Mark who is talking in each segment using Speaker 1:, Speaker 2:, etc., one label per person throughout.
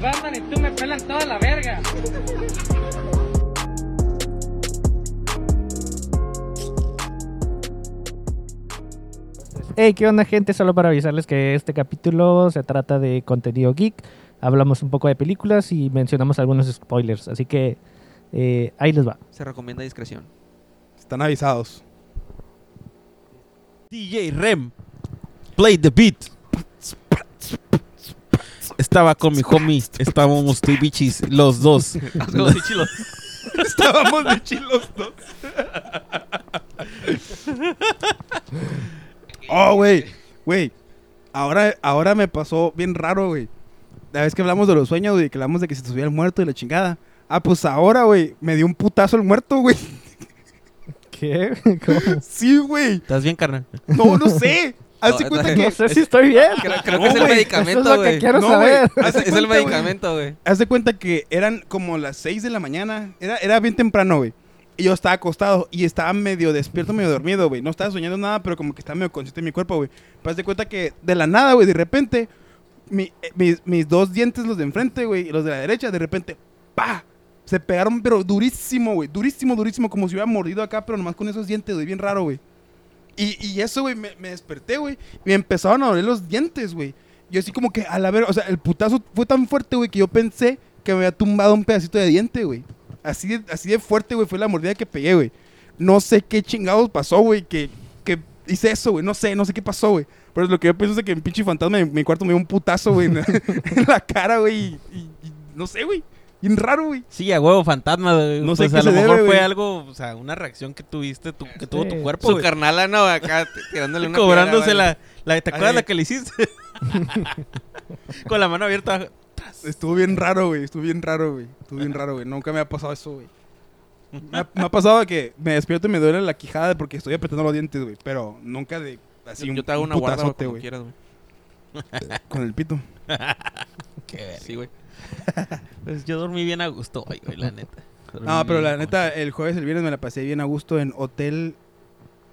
Speaker 1: Batman y tú me pelas toda la verga.
Speaker 2: Hey, ¿qué onda, gente? Solo para avisarles que este capítulo se trata de contenido geek. Hablamos un poco de películas y mencionamos algunos spoilers. Así que eh, ahí les va.
Speaker 3: Se recomienda discreción.
Speaker 4: Están avisados.
Speaker 5: DJ Rem, play the beat. Estaba con mi homie, estábamos de bichis los dos.
Speaker 4: Estábamos de chilos dos. Oh, güey. Güey. Ahora, ahora me pasó bien raro, güey. La vez que hablamos de los sueños, güey, que hablamos de que se te subía el muerto y la chingada. Ah, pues ahora, güey, me dio un putazo el muerto, güey.
Speaker 2: ¿Qué? ¿Cómo?
Speaker 4: Sí, güey.
Speaker 5: ¿Estás bien, carnal?
Speaker 4: No, no sé. Haz de cuenta que.
Speaker 2: No sé si estoy bien.
Speaker 3: Creo, creo
Speaker 4: No,
Speaker 3: que es el
Speaker 2: eso
Speaker 4: güey,
Speaker 2: es
Speaker 3: medicamento,
Speaker 2: lo que
Speaker 3: güey. Ah,
Speaker 2: quiero
Speaker 4: No,
Speaker 2: saber.
Speaker 3: Es,
Speaker 4: güey. Haz
Speaker 3: es
Speaker 4: de
Speaker 3: el
Speaker 4: cuenta, güey.
Speaker 3: medicamento, güey.
Speaker 4: Haz de cuenta que eran como las 6 de la mañana. Era, era bien temprano, güey. Y yo estaba acostado y estaba medio despierto, medio dormido, güey. No estaba soñando nada, pero como que estaba medio consciente de mi cuerpo, güey. Pero haz de cuenta que de la nada, güey, de repente, mi- eh, mis, mis dos dientes, los de enfrente, güey, y los de la derecha, de repente, ¡pa! Se pegaron, pero durísimo, güey. Durísimo, durísimo, como si hubiera mordido acá, pero nomás con esos dientes, güey. Bien raro, güey. Y, y eso, güey, me, me desperté, güey. Y me empezaron a doler los dientes, güey. Yo así como que, a la ver, o sea, el putazo fue tan fuerte, güey, que yo pensé que me había tumbado un pedacito de diente, güey. Así de, así de fuerte, güey, fue la mordida que pegué, güey. No sé qué chingados pasó, güey, que, que hice eso, güey. No sé, no sé qué pasó, güey. Pero lo que yo pienso es que un pinche fantasma en mi cuarto me dio un putazo, güey, en, la- en la cara, güey. Y, y- y no sé, güey. Bien raro, güey.
Speaker 5: Sí, a huevo, fantasma. güey.
Speaker 4: No sé
Speaker 5: Pues
Speaker 4: qué
Speaker 5: a lo
Speaker 4: se
Speaker 5: mejor
Speaker 4: debe,
Speaker 5: fue
Speaker 4: güey.
Speaker 5: algo, o sea, una reacción que tuviste, tu- que tuvo
Speaker 2: Sí.
Speaker 5: tu cuerpo.
Speaker 3: Su
Speaker 5: güey.
Speaker 3: carnala, no, acá t- tirándole una
Speaker 5: Cobrándose
Speaker 3: piedra,
Speaker 5: la, la- ¿Te acuerdas
Speaker 4: Ay.
Speaker 5: la que le hiciste? Con la mano abierta.
Speaker 4: Estuvo bien raro, güey. Estuvo bien raro, güey. Estuvo bien raro, güey. Nunca me ha pasado eso, güey. Me ha, me ha pasado que me despierto y me duele la quijada porque estoy apretando los dientes, güey. Pero nunca de así
Speaker 3: güey. Yo,
Speaker 4: un,
Speaker 3: yo te hago
Speaker 4: un
Speaker 3: una guarda, güey,
Speaker 4: putazote,
Speaker 3: cuando
Speaker 4: güey.
Speaker 3: quieras, güey.
Speaker 4: Con el pito.
Speaker 3: Sí, güey.
Speaker 5: Pues yo dormí bien a gusto hoy, güey, la neta. Dormí
Speaker 4: No, Ah, pero
Speaker 5: bien,
Speaker 4: la
Speaker 5: güey.
Speaker 4: neta, el jueves, el viernes me la pasé bien a gusto en Hotel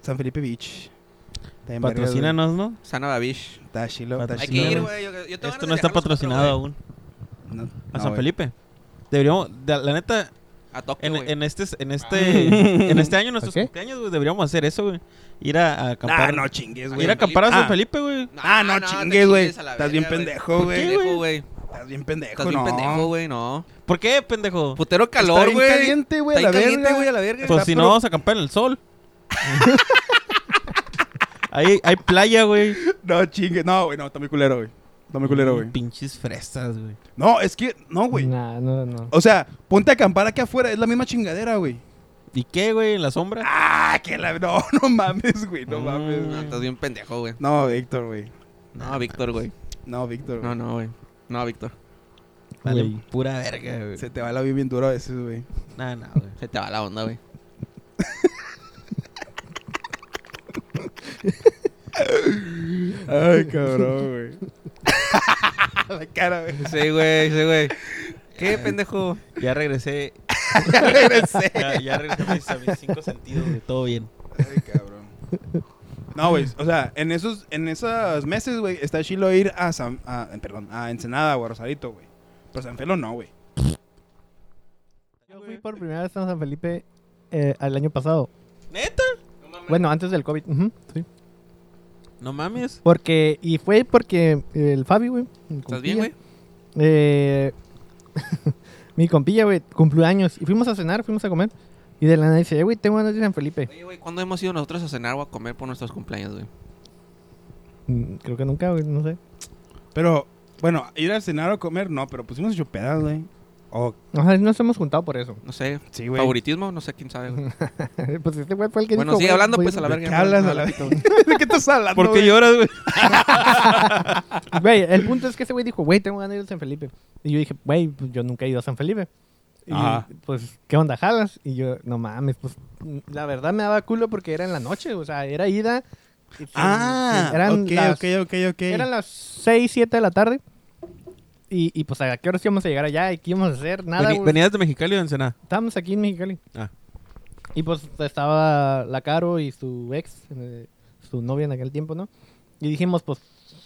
Speaker 4: San Felipe Beach. También vergas, güey.
Speaker 5: Patrocínanos, ¿no?
Speaker 3: Sana Babish.
Speaker 4: Está chilo, está
Speaker 5: Hay
Speaker 3: Hay
Speaker 5: Sí,
Speaker 3: que
Speaker 4: chilo,
Speaker 3: ir,
Speaker 5: no,
Speaker 3: güey. Yo,
Speaker 4: Este
Speaker 3: yo tengo ganas
Speaker 5: Esto
Speaker 3: de
Speaker 5: no está
Speaker 3: viajar los cuatro,
Speaker 5: patrocinado
Speaker 3: güey.
Speaker 5: aún.
Speaker 4: No,
Speaker 5: A
Speaker 4: no,
Speaker 5: San
Speaker 4: güey.
Speaker 5: Felipe. Deberíamos, de- la neta,
Speaker 3: A Tokio,
Speaker 5: en,
Speaker 3: güey.
Speaker 5: en este,
Speaker 4: Ah.
Speaker 5: en este, en este año, nuestros
Speaker 2: Ok.
Speaker 5: cumpleaños, güey, deberíamos hacer eso, güey. Ir a, a acampar.
Speaker 4: Ah, no chingues, güey.
Speaker 5: ir a acampar a San
Speaker 4: Ah.
Speaker 5: Felipe, güey.
Speaker 3: No,
Speaker 4: Ah, no
Speaker 3: te
Speaker 4: chingues, güey.
Speaker 3: a la
Speaker 4: Estás bien
Speaker 3: verga,
Speaker 4: pendejo,
Speaker 3: Estás
Speaker 4: güey.
Speaker 3: pendejo, güey.
Speaker 4: Estás bien pendejo,
Speaker 3: Estás bien
Speaker 4: no.
Speaker 3: pendejo, güey, no.
Speaker 5: ¿Por qué, pendejo?
Speaker 3: Putero
Speaker 4: Está
Speaker 3: calor,
Speaker 4: bien
Speaker 3: güey.
Speaker 4: caliente, güey, a
Speaker 3: Está
Speaker 4: la
Speaker 3: bien caliente,
Speaker 4: verga.
Speaker 3: güey, a la verga.
Speaker 5: Pues
Speaker 4: Pues, está,
Speaker 5: si no,
Speaker 4: pero-
Speaker 5: vamos a acampar en el sol. Ahí hay playa, güey.
Speaker 4: No chingues. No, güey, no, está muy culero, güey. Está muy culero, güey.
Speaker 5: Pinches fresas, güey.
Speaker 4: No, es que, no, güey.
Speaker 2: Nah, no, no.
Speaker 4: O sea, ponte a acampar aquí afuera, es la misma chingadera, güey.
Speaker 5: ¿Y qué, güey? En la sombra.
Speaker 4: Ah, que la. No, no mames, güey, no
Speaker 5: Mm.
Speaker 4: mames.
Speaker 3: No,
Speaker 4: güey.
Speaker 3: estás bien pendejo, güey.
Speaker 4: No, Víctor, güey.
Speaker 3: No, Víctor, güey.
Speaker 4: No, Víctor.
Speaker 3: No, no, güey. No, Víctor.
Speaker 5: Vale,
Speaker 2: Güey.
Speaker 5: pura verga, güey.
Speaker 4: Se te va la vida bien duro a veces, güey.
Speaker 5: Nah, nah, güey.
Speaker 3: Se te va la onda, güey.
Speaker 4: Ay, cabrón, güey. la cara, güey.
Speaker 3: Sí, güey, sí, güey. ¿Qué pendejo?
Speaker 5: Ya regresé.
Speaker 4: Ya regresé.
Speaker 5: Ya, ya regresé a mis, a mis cinco sentidos, güey. Todo bien.
Speaker 4: Ay, cabrón. No, güey, o sea, en esos, en esos meses, güey, está chilo ir a San, a, perdón, a Ensenada o a Rosarito, güey. Pero San Felo no, güey.
Speaker 2: Yo fui por primera vez a San Felipe eh, el año pasado.
Speaker 5: ¿Neta?
Speaker 2: Bueno, antes del COVID. ujú, sí.
Speaker 5: No mames.
Speaker 2: Porque, y fue porque el Fabi, güey. mi
Speaker 3: ¿Estás bien,
Speaker 2: compilla,
Speaker 3: güey?
Speaker 2: Eh, mi compilla, güey, cumplió años. Y fuimos a cenar, fuimos a comer. Y de la nada dice, "Eh, güey, tengo ganas de ir a San Felipe.
Speaker 3: Oye, güey, ¿cuándo hemos ido nosotros a cenar o a comer por nuestros cumpleaños, güey?
Speaker 2: Mm, Creo que nunca, güey, no sé.
Speaker 4: Pero, bueno, ir a cenar o comer, no, pero pusimos hecho pedazos, güey. Oh,
Speaker 2: O sea, nos hemos juntado por eso.
Speaker 3: No sé.
Speaker 4: sí, güey.
Speaker 3: ¿Favoritismo? No sé quién sabe, güey.
Speaker 2: pues este güey fue el que
Speaker 3: Bueno,
Speaker 2: dijo,
Speaker 3: sigue
Speaker 2: güey,
Speaker 3: hablando,
Speaker 2: voy-
Speaker 3: pues, a la verga.
Speaker 4: ¿Qué hablas a la
Speaker 3: verga?
Speaker 4: ¿De qué estás hablando?
Speaker 5: ¿Por
Speaker 4: Ah,
Speaker 5: qué
Speaker 4: güey?
Speaker 5: lloras, güey?
Speaker 2: Güey, el punto es que ese güey dijo, güey, tengo ganas de ir a San Felipe. Y yo dije, güey, pues yo nunca he ido a San Felipe. Y
Speaker 4: Ajá.
Speaker 2: pues, ¿qué onda, jalas? Y yo, no mames, pues la verdad me daba culo porque era en la noche, o sea, era ida. y-
Speaker 4: Ah,
Speaker 2: y- eran
Speaker 4: ok,
Speaker 2: las,
Speaker 4: ok, ok, ok.
Speaker 2: Eran las 6, 7 de la tarde. Y, y pues, ¿a qué horas íbamos a llegar allá? ¿Y qué íbamos a hacer? Nada,
Speaker 5: Veni-
Speaker 2: güey.
Speaker 5: ¿Venías de Mexicali o de Ensenada?
Speaker 2: Estábamos aquí en Mexicali.
Speaker 5: Ah.
Speaker 2: Y pues estaba la Caro y su ex, eh, su novia en aquel tiempo, ¿no? Y dijimos, pues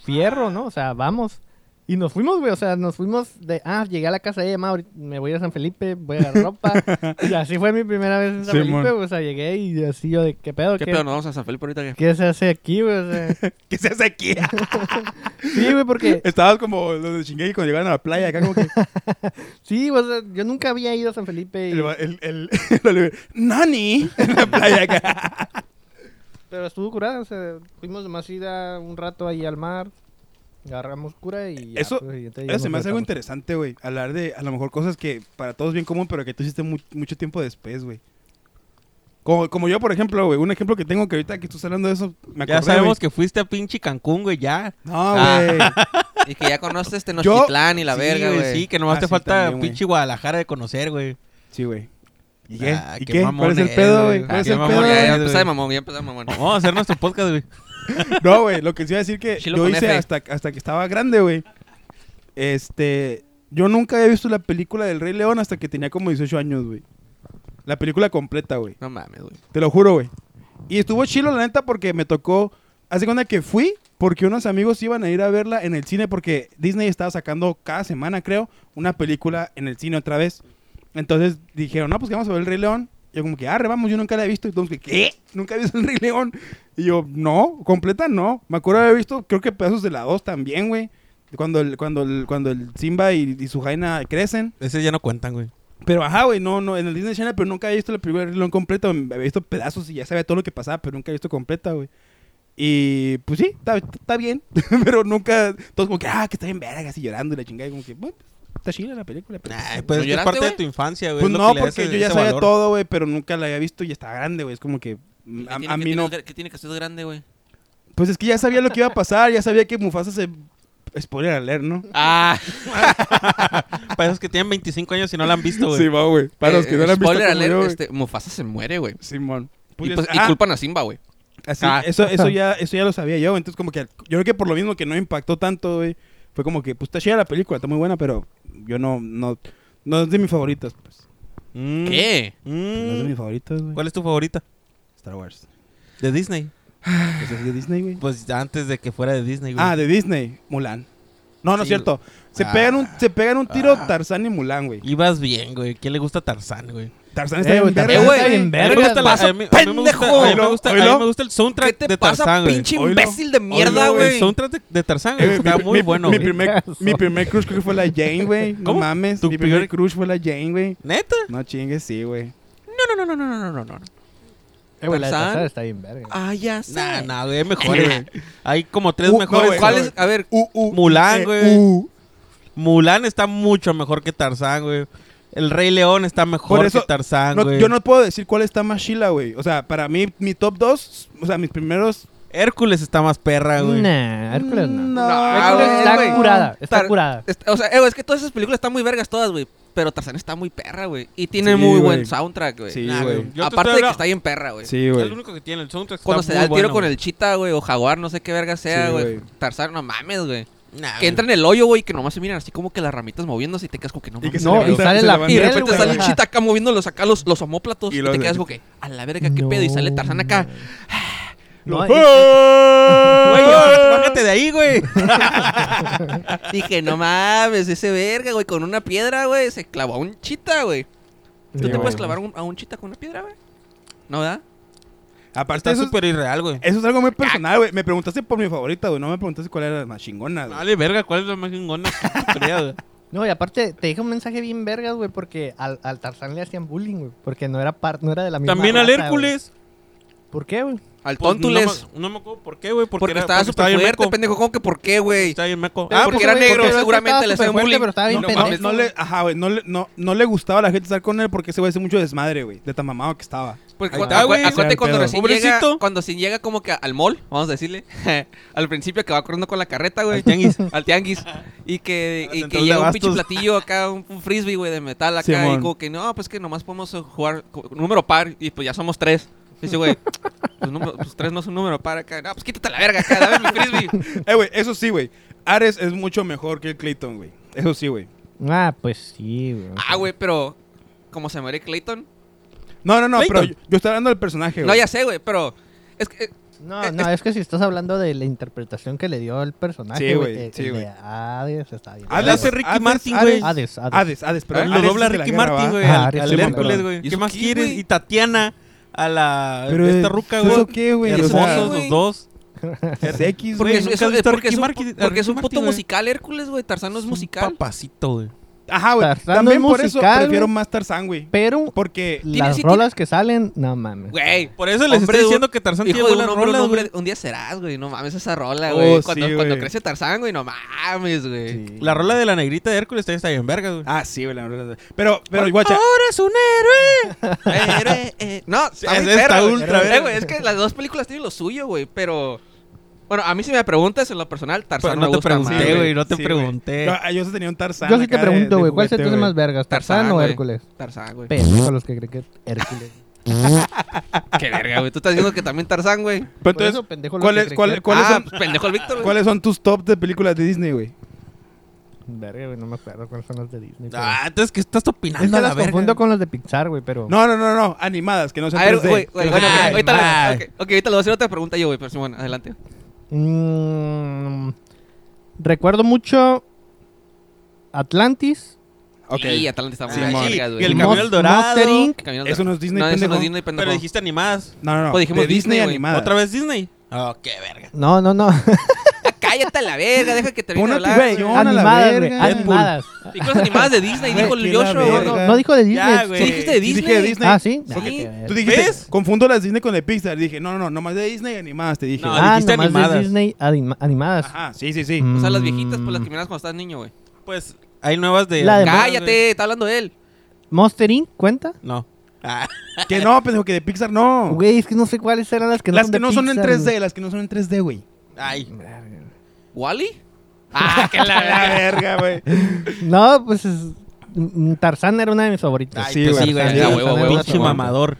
Speaker 2: fierro, ¿no? O sea, vamos. Y nos fuimos, güey, o sea, nos fuimos de, ah, llegué a la casa de ella, ma, ahorita me voy a San Felipe, voy a agarrar ropa. y así fue mi primera vez en San
Speaker 4: Simón.
Speaker 2: Felipe, güey, o sea, llegué y así yo de, ¿qué pedo?
Speaker 3: ¿Qué
Speaker 2: ¿Qué,
Speaker 3: pedo? ¿Nos vamos a San Felipe ahorita? que
Speaker 2: qué se hace aquí, güey? O sea,
Speaker 4: ¿Qué se hace aquí?
Speaker 2: sí, güey, porque,
Speaker 4: Estabas como los de Shingeki cuando llegaron a la playa, acá como que
Speaker 2: sí, o sea, yo nunca había ido a San Felipe. y-
Speaker 4: el, el, el, el Oliver, ¡Nani! En la playa acá.
Speaker 2: Pero estuvo curada, o sea, fuimos nomás ir a un rato ahí al mar, agarramos cura y... ya,
Speaker 4: Eso-
Speaker 2: pues, y entonces ya
Speaker 4: Eso se
Speaker 2: nos
Speaker 4: me hace algo
Speaker 2: regresamos.
Speaker 4: interesante, güey. Hablar de, a lo mejor, cosas que para todos es bien común, pero que tú hiciste mu- mucho tiempo después, güey. Como, como yo, por ejemplo, güey. Un ejemplo que tengo que ahorita que tú estás hablando de eso, me acordé,
Speaker 5: Ya
Speaker 4: güey.
Speaker 5: sabemos que fuiste a pinche Cancún, güey, ya.
Speaker 4: No,
Speaker 3: Ah.
Speaker 4: güey.
Speaker 3: Y que ya conoces este
Speaker 4: Yo-
Speaker 3: Nochitlán y la
Speaker 5: Sí,
Speaker 3: verga, güey.
Speaker 5: Sí, que nomás
Speaker 4: Ah,
Speaker 5: te
Speaker 4: sí,
Speaker 5: falta
Speaker 4: también, güey.
Speaker 5: pinche Guadalajara de conocer, güey.
Speaker 4: Sí, güey. ¿Y qué?
Speaker 5: Ah,
Speaker 4: ¿Y
Speaker 5: qué
Speaker 4: qué?
Speaker 5: mamón
Speaker 4: ¿Cuál es el
Speaker 5: eres,
Speaker 4: pedo, güey?
Speaker 5: güey.
Speaker 4: ¿Cuál
Speaker 5: Ah,
Speaker 4: es
Speaker 5: qué
Speaker 4: el
Speaker 3: Mamón,
Speaker 5: pedo,
Speaker 3: ya, ya
Speaker 5: güey.
Speaker 3: empezó de mamón, ya empezó de mamón.
Speaker 5: Vamos a hacer nuestro podcast, güey.
Speaker 4: No, güey, lo que sí iba a decir que
Speaker 3: Chilo
Speaker 4: yo
Speaker 3: con
Speaker 4: hice
Speaker 3: F.
Speaker 4: hasta, hasta que estaba grande, güey. Este, yo nunca había visto la película del Rey León hasta que tenía como 18 años, güey. La película completa, güey.
Speaker 3: No mames, güey.
Speaker 4: Te lo juro, güey. Y estuvo chilo, la neta, porque me tocó... Hace cuenta que fui porque unos amigos iban a ir a verla en el cine porque Disney estaba sacando cada semana, creo, una película en el cine otra vez. Entonces dijeron, no, pues que vamos a ver el Rey León. Yo como que, arre, vamos, yo nunca la he visto. Y todos que, ¿qué? ¿Nunca he visto el Rey León? Y yo, no, completa no. Me acuerdo de haber visto, creo que pedazos de la 2 también, güey. Cuando el, cuando el, cuando el Simba y, y su Jaina crecen.
Speaker 5: Ese ya no cuentan, güey.
Speaker 4: Pero ajá, güey, no, no, en el Disney Channel, pero nunca había visto la película de Rey León completa. Había visto pedazos y ya sabía todo lo que pasaba, pero nunca había visto completa, güey. Y pues sí, está, está bien, pero nunca. Todos como que, ah, que está bien verga, así llorando y la chingada. Y como que, bueno, está chida la película. pero-
Speaker 5: Ay, pues es que es
Speaker 3: lloraste,
Speaker 5: parte de
Speaker 3: güey?
Speaker 5: tu infancia, güey.
Speaker 4: pues
Speaker 5: es lo
Speaker 4: no,
Speaker 5: que le
Speaker 4: porque
Speaker 5: hace
Speaker 4: yo ya
Speaker 5: ese
Speaker 4: sabía
Speaker 5: valor.
Speaker 4: todo, güey, pero nunca la había visto y ya estaba grande, güey. Es como que. mm,
Speaker 3: ¿Qué tiene-
Speaker 4: A, a
Speaker 3: qué
Speaker 4: mí
Speaker 3: tiene
Speaker 4: no.
Speaker 3: que- ¿Qué tiene que ser grande, güey?
Speaker 4: Pues es que ya sabía lo que iba a pasar, ya sabía que Mufasa se. Spoiler alert, ¿no?
Speaker 3: Ah,
Speaker 5: Para esos que tienen 25 años y no la han visto, güey.
Speaker 4: Sí, va, güey. Para los que
Speaker 3: eh,
Speaker 4: no la han visto.
Speaker 3: spoiler
Speaker 4: como yo,
Speaker 3: alert,
Speaker 4: güey.
Speaker 3: este, Mufasa se muere, güey.
Speaker 4: Simón. Pues,
Speaker 3: Y,
Speaker 4: ya-
Speaker 3: pues, y
Speaker 4: ah,
Speaker 3: culpan a Simba, güey.
Speaker 4: Así,
Speaker 5: Ah.
Speaker 4: eso, eso ya, eso ya lo sabía yo. Entonces, como que al- yo creo que por lo mismo que no impactó tanto, güey, fue como que, pues está chida la película, está muy buena, pero yo no, no, no es de mis favoritas, pues.
Speaker 5: Mm.
Speaker 3: ¿Qué?
Speaker 5: Mm.
Speaker 4: No es de mis favoritas, güey.
Speaker 5: ¿Cuál es tu favorita?
Speaker 4: Star Wars.
Speaker 5: De Disney.
Speaker 4: Pues es de Disney, güey.
Speaker 5: Pues antes de que fuera de Disney, güey.
Speaker 4: Ah, de Disney, Mulan. No, no es
Speaker 5: Sí,
Speaker 4: cierto. Se,
Speaker 5: Ah.
Speaker 4: pegan un, se pegan un tiro Tarzán y Mulan, güey.
Speaker 5: Ibas bien, güey. ¿Quién le gusta Tarzán, güey?
Speaker 4: Tarzán está
Speaker 2: Eh, güey,
Speaker 4: bien verga,
Speaker 2: Eh,
Speaker 3: güey,
Speaker 2: está bien
Speaker 5: A mí me
Speaker 2: verga,
Speaker 5: gusta la-
Speaker 3: güey.
Speaker 5: a mí- a mí me gusta-
Speaker 3: ¡Pendejo!
Speaker 5: a mí me gusta- a mí
Speaker 4: Oílo,
Speaker 5: me gusta el
Speaker 3: ¿Qué
Speaker 5: soundtrack
Speaker 3: te
Speaker 5: de
Speaker 3: pasa,
Speaker 5: Tarzán, güey.
Speaker 3: pinche
Speaker 4: Oílo.
Speaker 3: imbécil de mierda,
Speaker 4: Oílo,
Speaker 5: El
Speaker 3: güey?
Speaker 5: soundtrack de, de Tarzán
Speaker 4: Eh,
Speaker 5: güey, está
Speaker 4: mi-
Speaker 5: muy
Speaker 4: mi-
Speaker 5: bueno,
Speaker 4: Mi
Speaker 2: pues,
Speaker 5: güey.
Speaker 4: primer,
Speaker 2: Vergazo.
Speaker 4: mi primer crush creo que fue la Jane, güey. No
Speaker 5: ¿Cómo?
Speaker 4: mames.
Speaker 5: ¿Tu
Speaker 4: Mi primer
Speaker 5: primer-
Speaker 4: crush fue la Jane, güey.
Speaker 5: ¿Neta?
Speaker 4: No chingues, sí, güey.
Speaker 3: No, no, no, no, no, no, no, no, no.
Speaker 2: Eh, güey, la de
Speaker 3: Tarzán.
Speaker 2: Tarzán está bien verga.
Speaker 3: Ah, ya sé.
Speaker 5: Nah, nah, güey, mejores, güey. Hay como tres
Speaker 4: Uh, no,
Speaker 5: mejores.
Speaker 4: güey.
Speaker 3: ¿Cuál es? A ver,
Speaker 4: Uh, uh,
Speaker 5: Mulan,
Speaker 4: eh,
Speaker 5: güey.
Speaker 4: uh.
Speaker 5: Mulan está mucho mejor que Tarzán, güey. El Rey León está
Speaker 4: Por
Speaker 5: mejor
Speaker 4: eso,
Speaker 5: que Tarzán,
Speaker 4: No,
Speaker 5: güey.
Speaker 4: yo no puedo decir cuál está más chila, güey. O sea, para mí, mi top 2, o sea, mis primeros. mm,
Speaker 5: Hércules está más perra, Ah, güey.
Speaker 2: Nah, Hércules no.
Speaker 3: Hércules
Speaker 4: güey.
Speaker 2: está
Speaker 3: güey.
Speaker 2: curada, está
Speaker 3: Tar-
Speaker 2: curada.
Speaker 3: Este, o sea, eh, güey, es que todas esas películas están muy vergas todas, güey. Pero Tarzán está muy perra, güey. Y tiene
Speaker 4: Sí,
Speaker 3: muy
Speaker 4: güey.
Speaker 3: buen soundtrack, güey.
Speaker 4: Sí,
Speaker 5: Nah,
Speaker 4: güey.
Speaker 5: güey. Yo te
Speaker 3: Aparte
Speaker 5: estoy
Speaker 3: de que
Speaker 5: hablando-
Speaker 3: está bien perra, güey.
Speaker 4: Sí,
Speaker 5: Es
Speaker 4: güey.
Speaker 5: el único que tiene el soundtrack.
Speaker 3: Cuando
Speaker 5: está
Speaker 3: se da
Speaker 5: muy
Speaker 3: el tiro
Speaker 5: bueno,
Speaker 3: con
Speaker 5: güey.
Speaker 3: el chita, güey, o jaguar, no sé qué verga sea,
Speaker 4: Sí,
Speaker 3: güey.
Speaker 4: güey.
Speaker 3: Tarzán, no mames, güey.
Speaker 5: Nah,
Speaker 3: Que
Speaker 5: Ah, güey.
Speaker 3: entra en el hoyo, güey, que nomás se miran así como que las ramitas moviéndose y te quedas como que no
Speaker 4: Y que
Speaker 3: mames.
Speaker 4: se
Speaker 2: No, y
Speaker 4: levanta-
Speaker 2: sale
Speaker 4: se
Speaker 2: la
Speaker 4: levanta-
Speaker 3: Y
Speaker 2: piel,
Speaker 3: de
Speaker 2: güey,
Speaker 3: repente sale el
Speaker 2: ajá.
Speaker 3: chita acá moviéndolos acá los, los homóplatos
Speaker 4: Y
Speaker 3: y,
Speaker 4: los-
Speaker 3: te quedas como que a la verga, qué
Speaker 2: No.
Speaker 3: pedo. Y sale Tarzán acá.
Speaker 2: No,
Speaker 5: Güey, ya, bájate de ahí, güey.
Speaker 3: Dije, no mames, ese verga, güey, con una piedra, güey, se clavó a un chita, güey. ¿Tú te
Speaker 2: güey.
Speaker 3: puedes clavar un- a un chita con una piedra, güey? ¿No, verdad?
Speaker 4: Aparte,
Speaker 5: Está
Speaker 4: eso, es-
Speaker 5: súper irreal, güey.
Speaker 4: eso es algo muy personal, güey. Me preguntaste por mi favorita, güey. No me preguntaste cuál era la más chingona, güey.
Speaker 5: Dale, verga, ¿cuál es la más chingona? Creo,
Speaker 2: No, y aparte te deja un mensaje bien vergas, güey, porque al, al Tarzán le hacían bullying, güey, porque no era par- no era de la
Speaker 5: güey.
Speaker 2: misma
Speaker 5: También al
Speaker 2: raza, güey.
Speaker 5: Hércules.
Speaker 2: ¿Por qué, güey?
Speaker 3: Al
Speaker 5: Pues, no,
Speaker 3: Tontules.
Speaker 5: me- no me acuerdo por qué, güey. Porque,
Speaker 3: porque
Speaker 5: era-
Speaker 3: estaba
Speaker 5: porque estaba
Speaker 3: súper
Speaker 5: bien
Speaker 3: fuerte,
Speaker 5: meco.
Speaker 3: pendejo. ¿Cómo que por qué, güey?
Speaker 5: Estaba bien meco.
Speaker 3: Pero porque
Speaker 5: pues,
Speaker 3: era
Speaker 5: güey,
Speaker 3: negro,
Speaker 2: porque
Speaker 3: seguramente
Speaker 2: estaba
Speaker 3: le hacían
Speaker 2: superfuerte,
Speaker 3: bullying.
Speaker 2: Pero estaba bien
Speaker 4: No,
Speaker 2: pendejo.
Speaker 4: mames, no le, ajá, güey, no, le, no, no le gustaba a la gente estar con él porque ese güey hace mucho desmadre, güey. De tan mamado que estaba.
Speaker 3: Porque
Speaker 5: Ahí
Speaker 3: cuando, Pues, acu-
Speaker 5: está, güey.
Speaker 4: Era
Speaker 3: acuérdate
Speaker 4: el
Speaker 3: cuando
Speaker 4: pedo.
Speaker 3: recién
Speaker 5: Pobrecito.
Speaker 3: llega, cuando recién llega como que al mall, vamos a decirle, al principio que va corriendo con la carreta, güey.
Speaker 5: Al tianguis.
Speaker 3: Al tianguis. Y que,
Speaker 5: Al
Speaker 3: y que
Speaker 5: central de
Speaker 3: llega un
Speaker 5: abastos.
Speaker 3: pinche platillo acá, un, un frisbee, güey, de metal acá.
Speaker 4: Simón.
Speaker 3: y como que, no, pues que nomás podemos eh, jugar co- número par y pues ya somos tres. Dice, güey, pues, número- pues tres no es un número par acá. No, pues quítate la verga acá, dame mi frisbee.
Speaker 4: Eh, güey, eso sí, güey. Ares es mucho mejor que el Clayton, güey. Eso sí, güey.
Speaker 2: Ah, pues sí, güey.
Speaker 3: Ah, güey, pero como se muere Clayton.
Speaker 4: No, no, no,
Speaker 5: Clayton.
Speaker 4: pero yo, yo estoy hablando del personaje, güey.
Speaker 3: No, ya sé, güey, pero es que eh,
Speaker 2: No, no, es que si estás hablando de la interpretación que le dio el personaje.
Speaker 4: Sí,
Speaker 2: güey.
Speaker 4: güey,
Speaker 2: el-
Speaker 4: sí,
Speaker 2: el
Speaker 4: güey.
Speaker 2: de Hades está bien.
Speaker 5: Hades, hace Ricky Martin, güey.
Speaker 2: Hades, Hades.
Speaker 4: Hades, Hades, perdón.
Speaker 5: Ah, lo
Speaker 4: Hades
Speaker 5: dobla
Speaker 4: es de la
Speaker 5: Ricky
Speaker 4: guerra,
Speaker 5: Martin,
Speaker 4: ¿va?
Speaker 5: güey,
Speaker 2: Ah,
Speaker 5: al,
Speaker 2: Ricky
Speaker 5: al
Speaker 2: Martin.
Speaker 5: Hércules, güey.
Speaker 3: ¿Y
Speaker 5: ¿Qué
Speaker 3: eso
Speaker 5: más
Speaker 3: qué,
Speaker 5: quieres?
Speaker 3: güey?
Speaker 5: Y Tatiana a la
Speaker 4: Pero
Speaker 5: esta ruca, güey.
Speaker 4: ¿Eso qué, güey? O sea,
Speaker 5: Hermosos los dos.
Speaker 4: es X,
Speaker 5: Porque
Speaker 4: güey.
Speaker 5: es-
Speaker 3: Eso-
Speaker 5: nunca
Speaker 3: eso-
Speaker 5: has visto a
Speaker 3: porque
Speaker 5: Ricky
Speaker 3: es un,
Speaker 5: Martin- a
Speaker 3: porque es
Speaker 5: Ricky
Speaker 3: un puto
Speaker 5: Martin, güey.
Speaker 3: musical Hércules, güey. Tarzán no es musical.
Speaker 5: Papacito, güey.
Speaker 4: Ajá, güey.
Speaker 2: Tarzán
Speaker 4: También
Speaker 2: no es
Speaker 4: por
Speaker 2: musical,
Speaker 4: eso prefiero
Speaker 2: güey.
Speaker 4: más Tarzán, güey.
Speaker 2: Pero
Speaker 4: Porque
Speaker 2: las
Speaker 3: sí tiene-
Speaker 2: rolas que salen, no mames.
Speaker 3: Güey.
Speaker 5: Por eso
Speaker 3: Hombre
Speaker 5: les estoy
Speaker 3: de un-
Speaker 5: diciendo que Tarzán tiene
Speaker 3: Hijo de un
Speaker 5: buenas
Speaker 3: hombre, un,
Speaker 5: rolas,
Speaker 3: hombre-
Speaker 5: güey.
Speaker 3: un día serás, güey. No mames esa rola,
Speaker 4: Oh,
Speaker 3: güey.
Speaker 4: sí,
Speaker 3: cuando, cuando
Speaker 4: güey.
Speaker 3: crece Tarzán, güey, no mames, güey.
Speaker 2: Sí.
Speaker 5: La rola de la negrita de Hércules también está bien verga, güey.
Speaker 4: Ah, sí, güey. la verdad. Pero, pero, guacha.
Speaker 5: Ahora es un héroe.
Speaker 3: Eh, eh, eh. No, está
Speaker 5: es
Speaker 3: muy
Speaker 5: esta
Speaker 3: perra, güey.
Speaker 5: ultra,
Speaker 3: Eh,
Speaker 5: verga.
Speaker 3: güey, es que las dos películas tienen lo suyo, güey, pero... Bueno, a mí si me preguntas en lo personal, Tarzán
Speaker 5: Pero
Speaker 3: me
Speaker 5: no te
Speaker 3: gusta más,
Speaker 5: pregunté,
Speaker 4: güey.
Speaker 5: güey. No te
Speaker 4: Sí, güey.
Speaker 5: pregunté.
Speaker 4: Yo, ah, yo sí tenía un Tarzán.
Speaker 2: Yo sí te
Speaker 4: acá de-
Speaker 2: pregunto,
Speaker 4: de
Speaker 2: güey, ¿cuál se te
Speaker 4: juguete,
Speaker 2: hace más
Speaker 4: güey.
Speaker 2: vergas, Tarzán,
Speaker 3: Tarzán,
Speaker 2: o
Speaker 3: güey.
Speaker 2: Hércules?
Speaker 3: Tarzán, güey.
Speaker 2: Pero los que creen que Hércules.
Speaker 3: Qué verga, güey. Tú estás diciendo que también Tarzán, güey.
Speaker 4: Pero
Speaker 2: Por
Speaker 4: entonces,
Speaker 2: eso, pendejo,
Speaker 4: ¿cuál
Speaker 2: los
Speaker 4: es-
Speaker 2: que
Speaker 4: cuál-
Speaker 2: creen que-
Speaker 4: ¿Cuáles
Speaker 3: ah,
Speaker 4: son-
Speaker 3: pendejo el Víctor, güey.
Speaker 4: ¿cuáles son tus top de películas de Disney, güey?
Speaker 2: Verga, güey, no me acuerdo cuáles son los de Disney. pero-
Speaker 5: Ah, entonces que estás
Speaker 2: es
Speaker 5: opinando
Speaker 2: que
Speaker 5: a la
Speaker 2: las
Speaker 5: verga.
Speaker 2: confundo con los de Pixar, güey, pero...
Speaker 4: No, no, no, no. Animadas, que no sean
Speaker 3: A ver,
Speaker 4: 3D.
Speaker 3: güey, güey, bueno,
Speaker 4: Que sean
Speaker 3: mira,
Speaker 5: Ay,
Speaker 3: ahorita, le,
Speaker 5: man.
Speaker 3: ok, ok, ahorita le voy a hacer otra pregunta yo, güey, pero Simón, adelante.
Speaker 2: Mm, recuerdo mucho Atlantis.
Speaker 4: Ok.
Speaker 3: Y Atalante está muy
Speaker 4: Simón.
Speaker 3: verga, güey.
Speaker 5: Y el
Speaker 2: Mos-
Speaker 5: Camino del Dorado.
Speaker 2: Monster Inc.
Speaker 3: Camino de-
Speaker 4: Eso no es Disney,
Speaker 3: No, eso no
Speaker 4: pendejo.
Speaker 3: es Disney, pendejo.
Speaker 5: Pero dijiste animadas.
Speaker 4: No, no, no.
Speaker 3: Pues dijimos
Speaker 4: de
Speaker 3: Disney,
Speaker 4: Disney,
Speaker 3: güey.
Speaker 4: animadas.
Speaker 5: ¿Otra vez Disney? Oh, qué verga.
Speaker 2: No, no, no.
Speaker 3: Ah, cállate a la verga, deja que termine de
Speaker 4: Una
Speaker 3: hablar. güey.
Speaker 4: a la
Speaker 2: animadas, güey.
Speaker 4: verga.
Speaker 2: Animadas.
Speaker 3: Películas animadas de Disney,
Speaker 4: Güey,
Speaker 3: dijo
Speaker 4: qué
Speaker 3: el
Speaker 4: la
Speaker 3: Joshua,
Speaker 4: verga.
Speaker 3: güey.
Speaker 2: No, no dijo de Disney.
Speaker 5: Ya,
Speaker 3: Sí,
Speaker 5: güey.
Speaker 3: dijiste de
Speaker 4: Sí,
Speaker 3: Disney.
Speaker 4: dije de Disney.
Speaker 2: Ah, sí.
Speaker 3: Sí.
Speaker 2: Ah, qué verga.
Speaker 4: Tú dijiste,
Speaker 5: ¿Ves?
Speaker 4: confundo las Disney con las Pixar. Dije, no, no, no, nomás de Disney animadas, te dije.
Speaker 5: No,
Speaker 2: Ah,
Speaker 5: dijiste
Speaker 2: nomás de
Speaker 5: animadas.
Speaker 2: Disney anima- animadas.
Speaker 4: Ajá, sí, sí, sí.
Speaker 2: Mm.
Speaker 3: O sea, las viejitas, pues las que miras cuando estás niño, güey.
Speaker 5: Pues hay nuevas de.
Speaker 2: La de-
Speaker 5: animadas, güey.
Speaker 3: Cállate, está hablando él.
Speaker 2: Monster Inc. ¿Cuenta?
Speaker 5: No. Ah,
Speaker 4: Que no, pendejo, que de Pixar no.
Speaker 2: Güey, es que no sé cuáles eran las que no
Speaker 4: las
Speaker 2: son
Speaker 4: que
Speaker 2: de
Speaker 4: no son en
Speaker 2: Pixar,
Speaker 4: 3D,
Speaker 2: güey.
Speaker 4: las que no son en 3D, güey.
Speaker 5: ay.
Speaker 3: ¿Wally? Ah, que la
Speaker 4: La verga, güey.
Speaker 2: No, pues es- mm, Tarzán era una de mis favoritas.
Speaker 5: Ay,
Speaker 4: sí,
Speaker 5: pues
Speaker 4: güey,
Speaker 5: sí, güey.
Speaker 4: sí,
Speaker 5: ya,
Speaker 4: güey,
Speaker 5: güey,
Speaker 2: güey,
Speaker 5: pinche
Speaker 2: güey.
Speaker 5: mamador.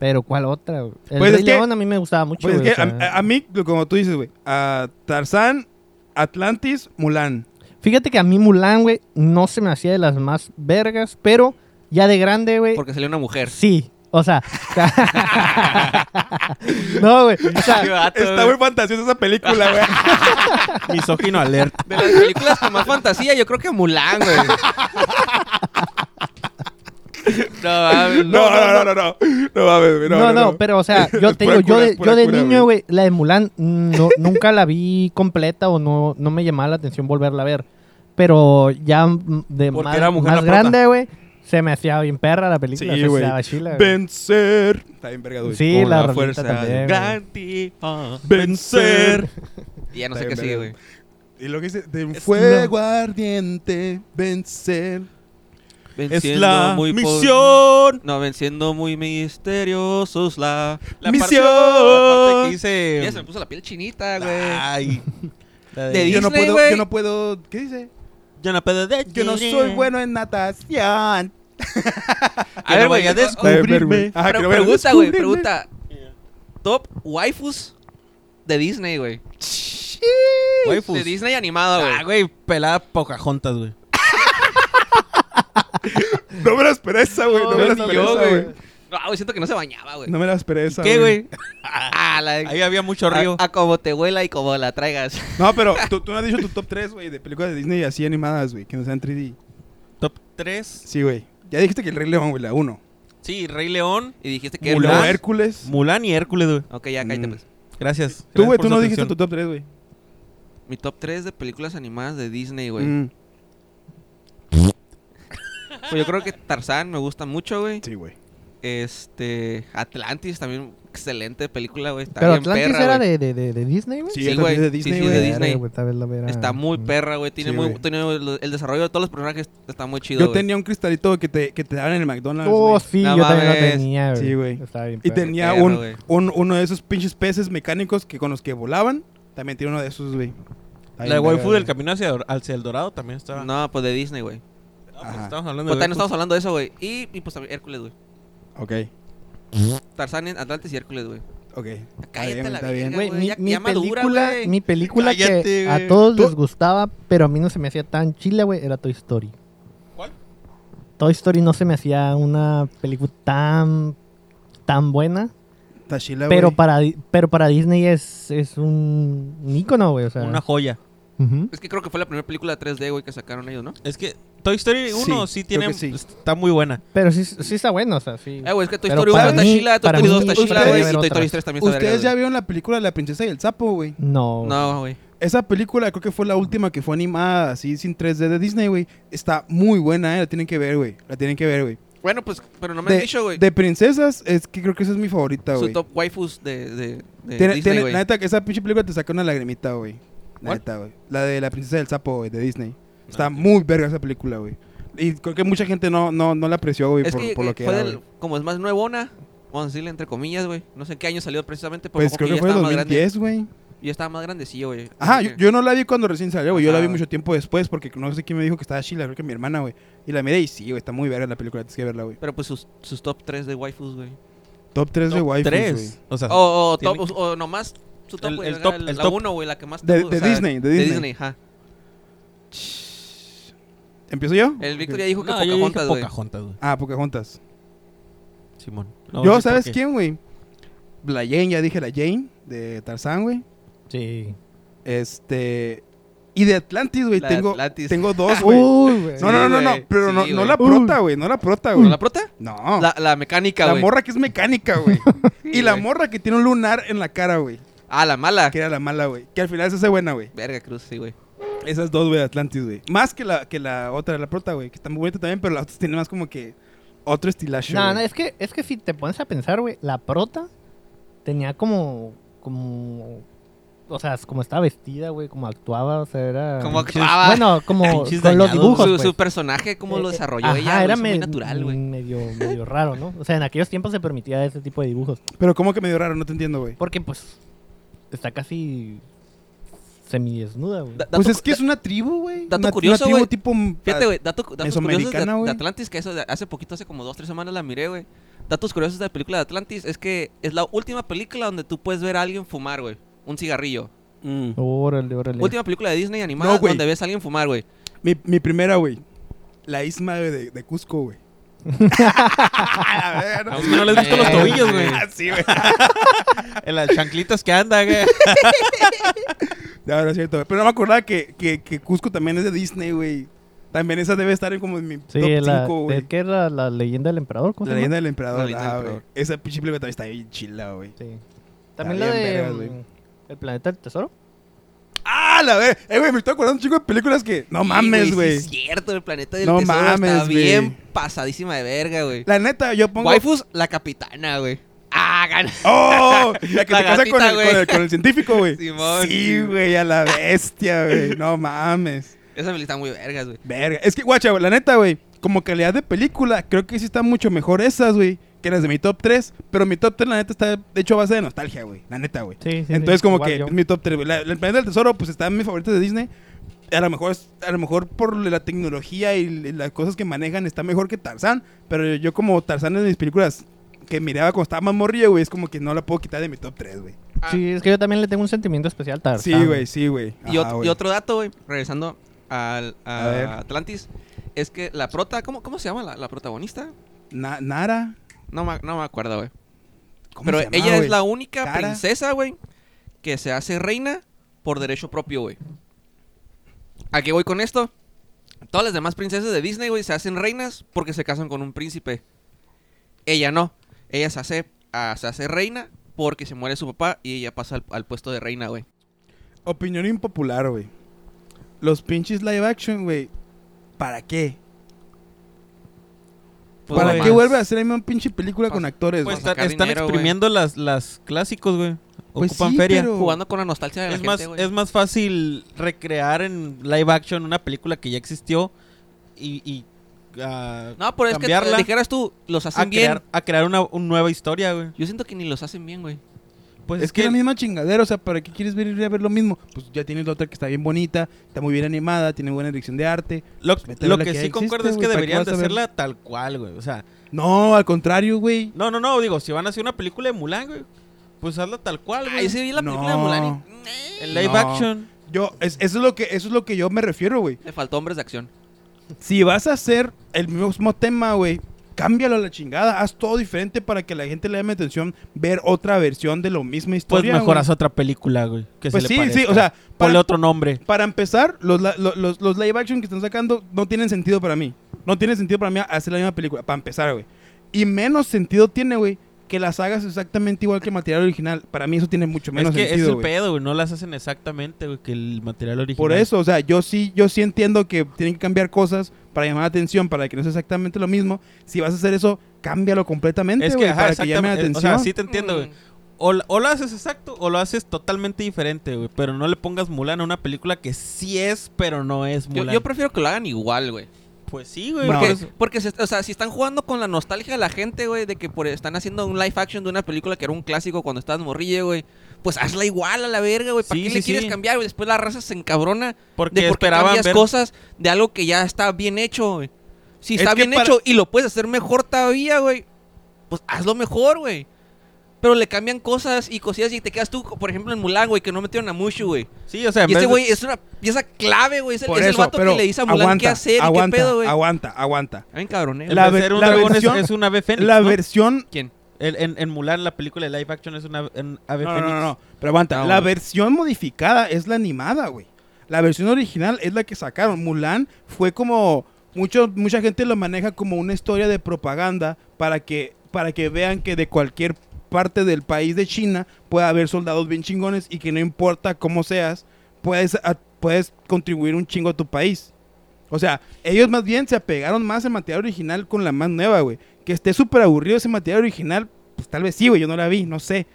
Speaker 2: Pero ¿cuál otra? güey? El
Speaker 4: Pues
Speaker 2: Rey
Speaker 4: es que-
Speaker 2: León a mí me gustaba mucho.
Speaker 4: Pues es
Speaker 2: güey,
Speaker 4: que
Speaker 2: o sea.
Speaker 4: a, a mí, como tú dices, güey, a Tarzán, Atlantis, Mulan.
Speaker 2: Fíjate que a mí Mulan, güey, no se me hacía de las más vergas, pero ya de grande, güey,
Speaker 3: Porque salió una mujer.
Speaker 2: sí. O sea... no, güey. O sea,
Speaker 4: Está muy fantasiosa esa película, güey.
Speaker 5: Misógino alert.
Speaker 3: De las películas con más fantasía, yo creo que Mulan, güey. No, mames,
Speaker 4: No, no, no, no, no. No mames, güey.
Speaker 2: no, no, pero, o sea, yo
Speaker 4: Es
Speaker 2: te
Speaker 4: pura
Speaker 2: digo, yo
Speaker 4: cura,
Speaker 2: de,
Speaker 4: es pura
Speaker 2: yo de
Speaker 4: cura,
Speaker 2: niño, güey, la de Mulan mm, no- nunca la vi completa o no, no me llamaba la atención volverla a ver. Pero ya mm, de
Speaker 5: Porque
Speaker 2: más,
Speaker 5: era mujer
Speaker 2: más
Speaker 5: la prota.
Speaker 2: grande, güey, se me hacía bien perra la película.
Speaker 4: Sí,
Speaker 2: se
Speaker 4: güey.
Speaker 2: hacía chila, güey.
Speaker 4: Vencer. Está bien verga, güey.
Speaker 2: Sí,
Speaker 4: Con
Speaker 2: la rolita también.
Speaker 3: Gran
Speaker 5: Ah.
Speaker 3: tipo.
Speaker 4: Vencer.
Speaker 3: Y ya no sé
Speaker 4: Está
Speaker 3: qué
Speaker 4: bien
Speaker 3: sigue, güey.
Speaker 4: verga. Y lo que dice, de un
Speaker 5: Es
Speaker 4: fuego ardiente, vencer.
Speaker 5: Es
Speaker 3: Venciendo
Speaker 5: la
Speaker 3: muy po-
Speaker 5: misión.
Speaker 3: No, venciendo muy este- misteriosos la...
Speaker 5: La
Speaker 4: Misión.
Speaker 5: parte- la parte
Speaker 3: Ya Ah,
Speaker 5: que
Speaker 3: se me
Speaker 5: dice.
Speaker 3: puso la piel chinita, güey.
Speaker 5: Ay. La
Speaker 3: De
Speaker 4: yo no
Speaker 3: Disney,
Speaker 4: puedo,
Speaker 3: güey.
Speaker 4: yo no puedo, ¿qué dice?
Speaker 5: Yo no puedo de-
Speaker 4: Yo no soy bueno en natación.
Speaker 3: A ver, güey, Ah, ya
Speaker 5: vayas
Speaker 3: descubrí.
Speaker 4: Ajá, que
Speaker 3: Pero ah,
Speaker 4: no vaya a
Speaker 3: pregunta, güey,
Speaker 4: descubrirme.
Speaker 3: pregunta. Top waifus de Disney, güey.
Speaker 5: Waifus.
Speaker 3: De Disney animado,
Speaker 5: Ah,
Speaker 3: pues, güey.
Speaker 5: güey, pelada Pocahontas, güey.
Speaker 4: No me la esperé esa, güey. No,
Speaker 3: No,
Speaker 4: me la
Speaker 3: ni
Speaker 4: esperé
Speaker 3: yo,
Speaker 4: esa,
Speaker 3: güey.
Speaker 4: güey.
Speaker 3: No, güey, siento que no se bañaba, güey.
Speaker 4: No me la esperé esa,
Speaker 5: ¿Qué, güey?
Speaker 3: Ah, la de-
Speaker 5: Ahí había mucho río.
Speaker 3: A, a como te huela y como la traigas.
Speaker 4: No, pero tú, tú no has dicho tu top 3, güey, de películas de Disney así animadas, güey, que no sean 3D.
Speaker 5: ah. Top 3.
Speaker 4: Sí, güey. Ya dijiste que el Rey León, güey, la 1.
Speaker 5: Sí, Rey León,
Speaker 3: Y dijiste que
Speaker 4: Mulan,
Speaker 3: Mulan.
Speaker 4: Hércules.
Speaker 5: Mulan y Hércules, güey.
Speaker 3: Ok, ya cállate,
Speaker 4: Mm.
Speaker 3: pues.
Speaker 5: Gracias.
Speaker 4: Tú,
Speaker 5: Gracias
Speaker 4: güey,
Speaker 5: por
Speaker 4: tú
Speaker 5: su
Speaker 4: no dijiste tu
Speaker 5: atención.
Speaker 4: top 3, güey.
Speaker 3: Mi top 3 de películas animadas de Disney, güey.
Speaker 4: Mm.
Speaker 3: Pues yo creo que Tarzán me gusta mucho, güey.
Speaker 4: Sí, güey.
Speaker 3: Este. Atlantis también, excelente película, güey. Está
Speaker 2: Pero
Speaker 3: bien
Speaker 2: Atlantis
Speaker 3: perra,
Speaker 2: era
Speaker 3: güey.
Speaker 2: de, de, de, de Disney, güey.
Speaker 4: Sí,
Speaker 3: Sí,
Speaker 4: el top
Speaker 3: güey.
Speaker 4: 3 de
Speaker 3: Sí,
Speaker 4: Disney,
Speaker 3: sí,
Speaker 4: güey.
Speaker 3: de Disney.
Speaker 2: Verga, güey, tal vez la verá.
Speaker 3: Está muy perra, güey. Tiene
Speaker 4: Sí,
Speaker 3: muy,
Speaker 4: güey.
Speaker 3: tiene el, el desarrollo de todos los personajes está muy chido.
Speaker 4: Yo
Speaker 3: güey.
Speaker 4: tenía un cristalito güey, que te, que te daban en el McDonald's.
Speaker 2: Oh,
Speaker 4: güey.
Speaker 2: sí,
Speaker 3: No
Speaker 2: yo también lo
Speaker 3: mames.
Speaker 2: tenía, güey.
Speaker 4: Sí, güey.
Speaker 2: Estaba bien
Speaker 4: Y
Speaker 2: perro.
Speaker 4: tenía
Speaker 3: perro,
Speaker 4: un,
Speaker 3: güey.
Speaker 4: un- uno de esos pinches peces mecánicos que con los que volaban. También tiene uno de esos, güey. Está
Speaker 5: La
Speaker 4: bien
Speaker 5: waifu
Speaker 4: verga,
Speaker 5: del camino hacia, hacia el dorado también estaba. No,
Speaker 3: No, pues de Disney, güey.
Speaker 5: pues
Speaker 4: Ajá.
Speaker 5: estamos hablando
Speaker 3: Pues también
Speaker 5: de. waifus.
Speaker 3: estamos hablando de eso, güey. Y, y pues también Hércules, güey.
Speaker 4: güey.
Speaker 3: Tarzán, Atlantis y Hércules, güey.
Speaker 4: Ok, ok.
Speaker 3: Cállate
Speaker 4: bien,
Speaker 3: la
Speaker 4: está
Speaker 3: verga,
Speaker 4: bien.
Speaker 2: Güey,
Speaker 3: güey.
Speaker 2: mi,
Speaker 3: ya-
Speaker 2: mi
Speaker 3: ya madura,
Speaker 2: película,
Speaker 3: güey.
Speaker 2: mi película
Speaker 5: Cállate,
Speaker 2: que a
Speaker 5: güey.
Speaker 2: todos
Speaker 4: Tú-
Speaker 2: les gustaba, pero a mí no se me hacía tan chila, güey, era Toy Story.
Speaker 5: ¿Cuál?
Speaker 2: Toy Story no se me hacía una película tan tan buena,
Speaker 4: Tashila, güey.
Speaker 2: Pero para, Di- pero para Disney es, es un, un ícono, güey. O sea,
Speaker 5: Una joya.
Speaker 2: ujú.
Speaker 3: Es que creo que fue la primera película 3D, güey, que sacaron ellos, ¿no?
Speaker 5: Es que Toy Story 1 sí,
Speaker 4: Sí, creo
Speaker 5: tiene.
Speaker 4: que sí.
Speaker 5: Está muy buena.
Speaker 2: Pero sí, sí está bueno, o sea, sí.
Speaker 3: Eh, güey, es que Toy
Speaker 2: Pero
Speaker 3: Story 1
Speaker 4: para
Speaker 3: está
Speaker 2: mí-
Speaker 3: chila, Toy
Speaker 2: para
Speaker 3: Story 2
Speaker 4: mí
Speaker 3: está chila,
Speaker 4: prefiero
Speaker 3: güey, y
Speaker 2: ver
Speaker 3: Toy Story
Speaker 2: otras.
Speaker 3: 3 también está
Speaker 4: Ustedes ya
Speaker 3: verga, güey.
Speaker 4: vieron la película de La Princesa y el Sapo, güey.
Speaker 2: No.
Speaker 3: No, güey.
Speaker 4: Esa película creo que fue la última que fue animada así sin 3D de Disney, güey. Está muy buena, eh. La tienen que ver, güey. La tienen que ver, güey.
Speaker 3: Bueno, pues, pero no me han
Speaker 4: De,
Speaker 3: dicho, güey.
Speaker 4: de princesas, es que creo que esa es mi favorita,
Speaker 3: Su
Speaker 4: güey.
Speaker 3: top waifus de, de, de
Speaker 4: Tiene-
Speaker 3: Disney,
Speaker 4: tiene-
Speaker 3: güey.
Speaker 4: la neta, que esa pinche película te saca una lagrimita, güey. La
Speaker 3: ¿Cuál?
Speaker 4: neta, güey. La de la princesa del sapo, güey, de Disney. Está
Speaker 5: Ah, ok.
Speaker 4: muy verga esa película, güey. Y creo que mucha gente no, no, no la apreció, güey,
Speaker 3: Es
Speaker 4: por,
Speaker 3: que,
Speaker 4: por
Speaker 3: eh,
Speaker 4: lo que
Speaker 3: fue
Speaker 4: era,
Speaker 3: del-
Speaker 4: güey.
Speaker 3: como es más nuevona, vamos a decirle entre comillas, güey. No sé en qué año salió precisamente, pero
Speaker 4: Pues
Speaker 3: como
Speaker 4: creo que
Speaker 3: ya
Speaker 4: fue en
Speaker 3: estaba más grande.
Speaker 4: 2010, güey.
Speaker 3: Y ya estaba más grandecillo, güey.
Speaker 4: Ajá,
Speaker 3: Así
Speaker 4: yo,
Speaker 3: que-
Speaker 4: yo no la vi cuando recién salió, güey. Yo la vi
Speaker 3: Ajá.
Speaker 4: mucho tiempo después porque no sé quién me dijo que estaba chila, creo que mi hermana, güey. Y la miré y sí, güey, está muy verga la película, tienes que verla, güey.
Speaker 3: Pero pues sus, sus top 3 de waifus, güey.
Speaker 4: Top 3 de
Speaker 5: Top
Speaker 4: Wi-Fi,
Speaker 5: tres.
Speaker 4: güey.
Speaker 5: O sea,
Speaker 3: O, o,
Speaker 5: tiene
Speaker 3: top, o nomás su top,
Speaker 5: El-
Speaker 3: güey.
Speaker 5: el
Speaker 3: acá,
Speaker 5: top-
Speaker 3: el-
Speaker 5: el
Speaker 3: la
Speaker 5: top.
Speaker 3: 1, güey, la que más te
Speaker 4: De-
Speaker 3: gusta,
Speaker 4: de
Speaker 3: o sea,
Speaker 4: Disney, de
Speaker 3: De
Speaker 4: Disney.
Speaker 3: Disney, ajá.
Speaker 4: ¿Empiezo yo?
Speaker 3: El Víctor
Speaker 4: Ok.
Speaker 3: ya dijo que
Speaker 5: no, yo dije
Speaker 3: Pocahontas, güey.
Speaker 5: Pocahontas, güey.
Speaker 4: Ah, Pocahontas.
Speaker 5: Simón. No, no
Speaker 4: yo,
Speaker 5: sé
Speaker 4: ¿sabes
Speaker 5: por qué.
Speaker 4: quién, güey? La Jane, ya dije la Jane, de Tarzán, güey.
Speaker 2: Sí.
Speaker 4: Este. Y de Atlantis, güey.
Speaker 3: La
Speaker 4: Tengo,
Speaker 3: Atlantis.
Speaker 4: tengo dos, Pues, güey.
Speaker 2: Uy, güey.
Speaker 4: no, no, no, no,
Speaker 3: güey.
Speaker 4: no. Pero no,
Speaker 3: Sí,
Speaker 4: no
Speaker 3: güey.
Speaker 4: la prota, güey. No la prota, güey.
Speaker 3: ¿La prota?
Speaker 4: No. La,
Speaker 3: La, la mecánica, güey.
Speaker 4: morra que es mecánica, güey. y la
Speaker 3: güey.
Speaker 4: morra que tiene un lunar en la cara, güey.
Speaker 3: Ah, la mala.
Speaker 4: Que era la mala, güey. Que al final se hace buena, güey.
Speaker 3: Verga, Cruz, sí, güey.
Speaker 4: Esas dos, güey, de Atlantis, güey. Más que la, que la otra, la prota, güey. Que está muy bonita también, pero la otra tiene más como que otro estilacho.
Speaker 2: No,
Speaker 4: güey.
Speaker 2: no, es que, es que si te pones a pensar, güey, la prota tenía como, como, o sea, como estaba vestida, güey, como actuaba, o sea, era...
Speaker 3: Como
Speaker 5: Pinches-
Speaker 3: actuaba.
Speaker 2: Bueno, como
Speaker 5: Pinches
Speaker 2: con los
Speaker 5: dañados,
Speaker 2: dibujos,
Speaker 3: su,
Speaker 2: pues.
Speaker 3: su personaje, cómo lo
Speaker 2: Eh,
Speaker 3: desarrolló
Speaker 2: ajá,
Speaker 3: ella, era
Speaker 2: era
Speaker 3: muy
Speaker 2: me- mm,
Speaker 3: natural, güey.
Speaker 2: Medio, medio raro, ¿no? O sea, en aquellos tiempos se permitía ese tipo de dibujos.
Speaker 4: Pero como que medio raro, no te entiendo, güey.
Speaker 2: Porque, pues, está casi semidesnuda, güey.
Speaker 3: Da- dato
Speaker 4: Pues es
Speaker 3: cu-
Speaker 4: que es una tribu, güey.
Speaker 3: dato
Speaker 4: Una-
Speaker 3: curioso,
Speaker 4: Una
Speaker 3: güey.
Speaker 4: tribu tipo. mm, ah,
Speaker 3: Fíjate, güey, dato, datos curiosos de,
Speaker 4: Mesoamericana,
Speaker 3: de
Speaker 4: güey.
Speaker 3: Atlantis, que eso de- hace poquito, hace como dos, tres semanas la miré, güey. Datos curiosos de la película de Atlantis es que es la última película donde tú puedes ver a alguien fumar, güey. Un cigarrillo.
Speaker 4: Mm.
Speaker 2: Órale, órale.
Speaker 3: Última película de Disney animada
Speaker 4: No, güey.
Speaker 3: donde ves a alguien fumar, güey.
Speaker 4: Mi, mi primera, güey. La Isma güey, de, de Cusco, güey. A ver,
Speaker 5: No, no le has visto los
Speaker 3: Eh,
Speaker 5: tobillos, güey.
Speaker 4: Ah, sí, güey.
Speaker 5: En las chanclitas que anda, güey.
Speaker 4: No, no es cierto, güey. Pero no me acordaba que, que, que Cusco también es de Disney, güey. También esa debe estar en como en mi
Speaker 2: Sí,
Speaker 4: top
Speaker 2: la,
Speaker 4: 5,
Speaker 2: ¿de
Speaker 4: güey.
Speaker 2: ¿qué era la leyenda del emperador? ¿Cómo se
Speaker 4: La
Speaker 2: llama?
Speaker 4: leyenda del emperador.
Speaker 3: La leyenda del
Speaker 4: ah,
Speaker 3: emperador.
Speaker 4: güey. Esa pinche película también está bien chila, güey.
Speaker 2: Sí. También la
Speaker 4: bien
Speaker 2: de...
Speaker 4: vergas, güey.
Speaker 2: mm, El planeta del tesoro.
Speaker 4: ¡Ah, la ver! Eh, güey, me estoy acordando un chico de películas que... No mames,
Speaker 3: Sí,
Speaker 4: güey.
Speaker 3: sí es cierto, el planeta del
Speaker 4: No
Speaker 3: tesoro está
Speaker 4: mames, güey.
Speaker 3: bien pasadísima de verga, güey.
Speaker 4: La neta, yo pongo...
Speaker 3: Waifus, la capitana, güey. Ah, gana.
Speaker 4: ¡Oh! La que
Speaker 3: La
Speaker 4: te casa con
Speaker 3: gatita,
Speaker 4: el,
Speaker 3: güey.
Speaker 4: con, el, con el científico, güey.
Speaker 3: Simón.
Speaker 4: Sí, güey, a la bestia, güey. No mames.
Speaker 3: Esa película está muy vergas, güey.
Speaker 4: Verga. Es que, guacha, güey, la neta, güey. Como calidad de película, creo que sí están mucho mejor esas, güey. Que las de mi top 3. Pero mi top 3, la neta, está hecho a base de nostalgia, güey. La neta, güey.
Speaker 2: Sí, sí, sí,
Speaker 4: Entonces, como
Speaker 2: igual
Speaker 4: que
Speaker 2: yo.
Speaker 4: es mi top 3, güey. La- El planeta del tesoro, pues está en mis favoritos de Disney. A lo mejor, es- a lo mejor por la tecnología y l- las cosas que manejan está mejor que Tarzán. Pero yo, como Tarzán en mis películas que miraba cuando estaba más morrillo, güey, es como que no la puedo quitar de mi top 3, güey.
Speaker 3: Ah.
Speaker 2: Sí, es que yo también le tengo un sentimiento especial a Tarzán.
Speaker 4: Sí, güey, sí, güey.
Speaker 3: Y,
Speaker 4: Ajá,
Speaker 3: ot- y
Speaker 4: Ah, güey.
Speaker 3: otro dato, güey, regresando al, a,
Speaker 4: A ver.
Speaker 3: Atlantis, es que la prota, ¿cómo, cómo se llama la, la protagonista?
Speaker 4: Na- Nara.
Speaker 3: No, me- no me acuerdo, güey.
Speaker 4: ¿Cómo
Speaker 3: Pero
Speaker 4: se llama,
Speaker 3: ella
Speaker 4: güey?
Speaker 3: es la única
Speaker 4: Cara.
Speaker 3: princesa, güey, que se hace reina por derecho propio, güey. ¿A qué voy con esto? Todas las demás princesas de Disney, güey, se hacen reinas porque se casan con un príncipe. Ella no. Ella se hace, ah, se hace reina porque se muere su papá y ella pasa al, al puesto de reina, güey.
Speaker 4: Opinión impopular, güey. Los pinches live action, güey. ¿Para qué?
Speaker 3: Pues,
Speaker 4: ¿Para
Speaker 3: güey,
Speaker 4: qué
Speaker 3: más-
Speaker 4: vuelve a hacer la misma pinche película
Speaker 3: Pas-
Speaker 4: con actores, güey?
Speaker 5: Pues
Speaker 3: a
Speaker 5: están,
Speaker 3: sacar
Speaker 5: están
Speaker 3: dinero, güey.
Speaker 5: exprimiendo las, las clásicos, güey.
Speaker 4: Pues
Speaker 5: Ocupan
Speaker 4: sí,
Speaker 5: feria.
Speaker 4: pero-
Speaker 3: Jugando con la nostalgia de la
Speaker 5: Es,
Speaker 3: gente,
Speaker 5: más,
Speaker 3: güey.
Speaker 5: es más fácil recrear en live action una película que ya existió y, y, ah,
Speaker 3: No, pero es que
Speaker 5: cambiarla
Speaker 3: eh, dijeras tú, los hacen
Speaker 5: a crear,
Speaker 3: bien.
Speaker 5: a crear una, una nueva historia, güey.
Speaker 3: Yo siento que ni los hacen bien, güey.
Speaker 5: Pues
Speaker 4: es, que es la misma chingadera, o sea, ¿para qué quieres ver ir a ver lo mismo? Pues ya tienes la otra que está bien bonita, está muy bien animada, tiene buena dirección de arte.
Speaker 5: lo,
Speaker 4: vete a
Speaker 5: lo
Speaker 4: ver la
Speaker 5: que
Speaker 4: que
Speaker 5: sí
Speaker 4: ya existe,
Speaker 5: concuerdo es
Speaker 4: güey,
Speaker 5: que
Speaker 4: ¿para qué
Speaker 5: deberían
Speaker 4: vas
Speaker 5: de
Speaker 4: a ver?
Speaker 5: hacerla tal cual, güey. O sea,
Speaker 4: No, al contrario, güey.
Speaker 5: no, no, no, digo, si van a hacer una película de Mulan, güey, pues hazla tal cual, güey.
Speaker 3: Ahí sí vi la película
Speaker 4: No.
Speaker 3: de Mulan y-
Speaker 5: En live
Speaker 4: No.
Speaker 5: action. pues,
Speaker 4: Yo, es- eso, es lo que, eso es lo que yo me refiero, güey.
Speaker 3: Le faltó hombres de acción.
Speaker 4: Si vas a hacer el mismo tema, güey, cámbialo a la chingada, haz todo diferente para que la gente le llame atención ver otra versión de la misma
Speaker 5: Pues
Speaker 4: historia.
Speaker 5: mejoras
Speaker 4: güey.
Speaker 5: otra película, güey. Que
Speaker 4: Pues
Speaker 5: se
Speaker 4: sí,
Speaker 5: le
Speaker 4: sí,
Speaker 5: parezca.
Speaker 4: o sea,
Speaker 5: Ponle
Speaker 4: para-
Speaker 5: otro nombre.
Speaker 4: Para empezar, los, la- lo- los, los live action que están sacando no tienen sentido para mí. No tiene sentido para mí hacer la misma película, para empezar, güey. Y menos sentido tiene, güey, que las hagas exactamente igual que el material original. Para mí eso tiene mucho menos
Speaker 5: es que
Speaker 4: sentido,
Speaker 5: es el
Speaker 4: güey.
Speaker 5: pedo, güey. No las hacen exactamente, güey, que el material original.
Speaker 4: Por eso, o sea, yo sí, yo sí entiendo que tienen que cambiar cosas para llamar la atención, para que no sea exactamente lo mismo. Si vas a hacer eso, cámbialo completamente,
Speaker 5: Es que,
Speaker 4: güey,
Speaker 5: ajá,
Speaker 4: para que llame la
Speaker 5: exactamente,
Speaker 4: atención.
Speaker 5: O sea, sí te entiendo, güey.
Speaker 1: Mm.
Speaker 5: O, la- o lo haces exacto o lo haces totalmente diferente, güey. Pero no le pongas Mulan a una película que sí es, pero no es
Speaker 3: Yo,
Speaker 5: Mulan.
Speaker 3: yo prefiero que lo hagan igual, güey.
Speaker 5: pues sí, güey.
Speaker 4: No,
Speaker 5: por
Speaker 3: Porque,
Speaker 5: eso.
Speaker 3: porque se- o sea, si están jugando con la nostalgia de la gente, güey, de que por, están haciendo un live action de una película que era un clásico cuando estabas morrillo, güey, pues hazla igual a la verga, güey. ¿Para
Speaker 5: Sí,
Speaker 3: qué
Speaker 5: sí,
Speaker 3: le quieres
Speaker 5: sí.
Speaker 3: cambiar, güey? Después la raza se encabrona
Speaker 5: Porque
Speaker 3: de por qué
Speaker 5: esperaban
Speaker 3: cambias
Speaker 5: ver-
Speaker 3: cosas de algo que ya está bien hecho, güey. Si
Speaker 4: Es
Speaker 3: está
Speaker 4: que
Speaker 3: bien
Speaker 4: para-
Speaker 3: hecho y lo puedes hacer mejor todavía, güey, pues hazlo mejor, güey. Pero le cambian cosas y cosillas y te quedas tú, por ejemplo, en Mulan, güey, que no metieron a Mushu, güey.
Speaker 5: Sí, o sea, en
Speaker 3: Y
Speaker 5: vez
Speaker 3: ese
Speaker 5: de-
Speaker 3: güey es una pieza clave, güey. Es el,
Speaker 4: Por
Speaker 3: es el
Speaker 4: eso,
Speaker 3: vato
Speaker 4: pero
Speaker 3: que le dice a Mulan
Speaker 4: aguanta,
Speaker 3: qué hacer y
Speaker 4: aguanta,
Speaker 3: qué pedo, güey.
Speaker 4: Aguanta, aguanta.
Speaker 3: Ay, cabroné, güey.
Speaker 5: en
Speaker 4: la
Speaker 5: vez de
Speaker 4: ver-
Speaker 5: ser un
Speaker 4: la
Speaker 5: dragón es,
Speaker 4: versión-
Speaker 5: es un ave fénix.
Speaker 4: La
Speaker 5: ¿no?
Speaker 4: versión
Speaker 3: ¿Quién?
Speaker 5: El- en, en Mulan, la película de live action es una un ave
Speaker 4: No, no,
Speaker 5: fénix.
Speaker 4: no, no, pero aguanta.
Speaker 3: No,
Speaker 4: la
Speaker 3: güey.
Speaker 4: versión modificada es la animada, güey. La versión original es la que sacaron. Mulan fue como mucho, mucha gente lo maneja como una historia de propaganda para que para que vean que de cualquier parte del país de China puede haber soldados bien chingones y que no importa cómo seas, puedes a- puedes contribuir un chingo a tu país. O sea, ellos más bien se apegaron más al material original con la más nueva, güey. Que esté súper aburrido ese material original, pues tal vez sí, güey, yo no la vi, no sé.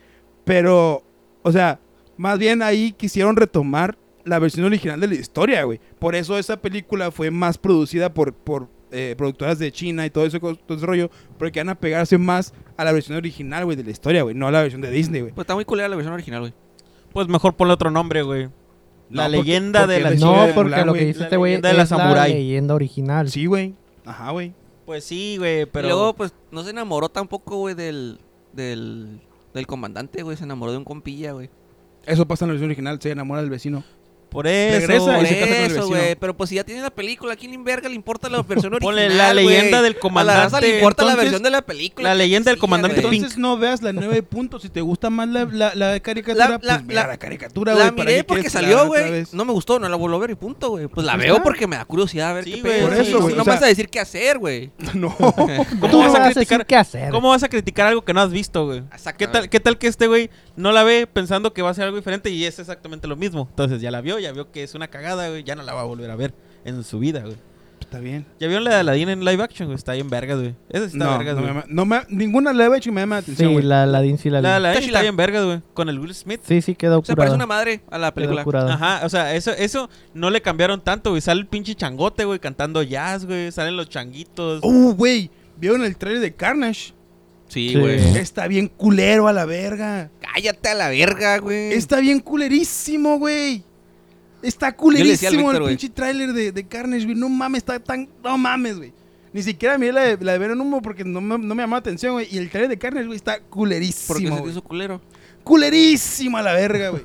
Speaker 4: Pero, o sea, más bien ahí quisieron retomar la versión original de la historia, güey. Por eso esa película fue más producida por, por eh, productoras de China y todo ese, co- todo ese rollo, porque van a pegarse más a la versión original, güey, de la historia, güey, no a la versión de Disney, güey.
Speaker 3: Pues está muy culera la versión original, güey.
Speaker 5: Pues mejor ponle otro nombre, güey. La
Speaker 4: No, porque-
Speaker 5: leyenda
Speaker 4: porque
Speaker 5: de la
Speaker 4: es la
Speaker 2: No,
Speaker 4: historia de
Speaker 2: porque
Speaker 4: Mulan,
Speaker 2: lo que
Speaker 4: güey.
Speaker 2: dice
Speaker 5: La
Speaker 2: este güey es
Speaker 5: leyenda
Speaker 2: la
Speaker 5: de la samurái.
Speaker 2: leyenda original.
Speaker 4: Sí, güey. Ajá, güey.
Speaker 5: Pues sí, güey, pero...
Speaker 3: Y luego, pues, no se enamoró tampoco, güey, del, del, del comandante, güey. Se enamoró de un compilla, güey.
Speaker 4: Eso pasa en la versión original, se enamora del vecino.
Speaker 5: por eso...
Speaker 4: regresa y
Speaker 3: Por
Speaker 5: güey.
Speaker 4: se casa con el
Speaker 3: eso,
Speaker 4: vecino.
Speaker 3: güey. Pero pues si ya tiene la película, ¿a quién le verga le importa la versión original,
Speaker 5: Ponle la
Speaker 3: güey?
Speaker 5: leyenda del
Speaker 3: A la raza
Speaker 5: comandante.
Speaker 3: le importa la
Speaker 5: Entonces,
Speaker 3: versión de la película.
Speaker 5: la
Speaker 3: que
Speaker 5: leyenda del
Speaker 3: existía,
Speaker 5: comandante
Speaker 3: güey.
Speaker 4: Entonces no veas la nueve puntos. Si te gusta más la, la, la caricatura,
Speaker 3: La- la-
Speaker 4: pues mira
Speaker 3: la-
Speaker 4: la, caricatura, güey.
Speaker 3: La
Speaker 4: ¿para
Speaker 3: miré
Speaker 4: qué
Speaker 3: porque
Speaker 4: quieres que la
Speaker 3: salió,
Speaker 4: vean otra
Speaker 3: güey.
Speaker 4: vez?
Speaker 3: No me gustó, no la vuelvo a ver y punto, güey. Pues la
Speaker 4: Ahí
Speaker 3: veo
Speaker 4: está.
Speaker 3: porque me da curiosidad a ver
Speaker 5: Sí,
Speaker 3: qué
Speaker 5: güey,
Speaker 3: pedo.
Speaker 4: por eso, güey,
Speaker 3: No
Speaker 4: o
Speaker 3: me
Speaker 4: sea-
Speaker 3: vas a decir qué hacer, güey.
Speaker 4: No.
Speaker 2: ¿Cómo vas a criticar?
Speaker 5: criticar-
Speaker 2: ¿Qué hacer?
Speaker 5: ¿Cómo vas a criticar algo que no has visto, güey? ¿Qué
Speaker 3: Exactamente.
Speaker 5: tal, ¿Qué tal que este güey no la ve pensando que va a ser algo diferente y es exactamente lo mismo? Entonces ya la vio, ya vio que es una cagada, güey. Ya no la va a volver a ver en su vida, güey.
Speaker 4: Está bien.
Speaker 5: ¿Ya vieron la de Aladdin en live action, güey? Está bien vergas, güey. Esa sí está
Speaker 4: No,
Speaker 5: vergas,
Speaker 4: no me
Speaker 5: güey.
Speaker 4: llama- no me- ninguna la he hecho y me llama la atención,
Speaker 2: Sí,
Speaker 4: güey.
Speaker 2: la Aladdin sí la
Speaker 5: La de
Speaker 2: vi.
Speaker 5: Aladdin
Speaker 3: Está chila.
Speaker 5: está bien vergas, güey. Con el Will Smith.
Speaker 2: Sí, sí quedó
Speaker 3: Se parece
Speaker 2: curada.
Speaker 3: una madre a la
Speaker 2: Quedó
Speaker 3: película.
Speaker 2: curada.
Speaker 5: Ajá, o sea, eso, eso no le cambiaron tanto, güey. Sale el pinche changote, güey, cantando jazz, güey. Salen los changuitos.
Speaker 4: Uh, güey. ¿Vieron el trailer de Carnage?
Speaker 3: Sí,
Speaker 2: Sí.
Speaker 3: güey.
Speaker 4: Está bien culero a la
Speaker 3: ¿Eh?
Speaker 4: verga.
Speaker 3: Cállate a la verga, güey.
Speaker 4: Está bien culerísimo, güey. Está
Speaker 3: Yo le decía al
Speaker 4: culerísimo
Speaker 3: Víctor,
Speaker 4: el
Speaker 3: güey.
Speaker 4: pinche trailer de, de Carnage, güey. No mames, está tan. No mames, güey. Ni siquiera miré la de, la de Venom Humo porque no me, no me llamó la atención, güey. Y el trailer de Carnage, güey, está
Speaker 3: ¿Por qué
Speaker 4: culerísimo.
Speaker 3: se te
Speaker 4: güey.
Speaker 3: hizo culero?
Speaker 4: Culerísimo a la verga, güey.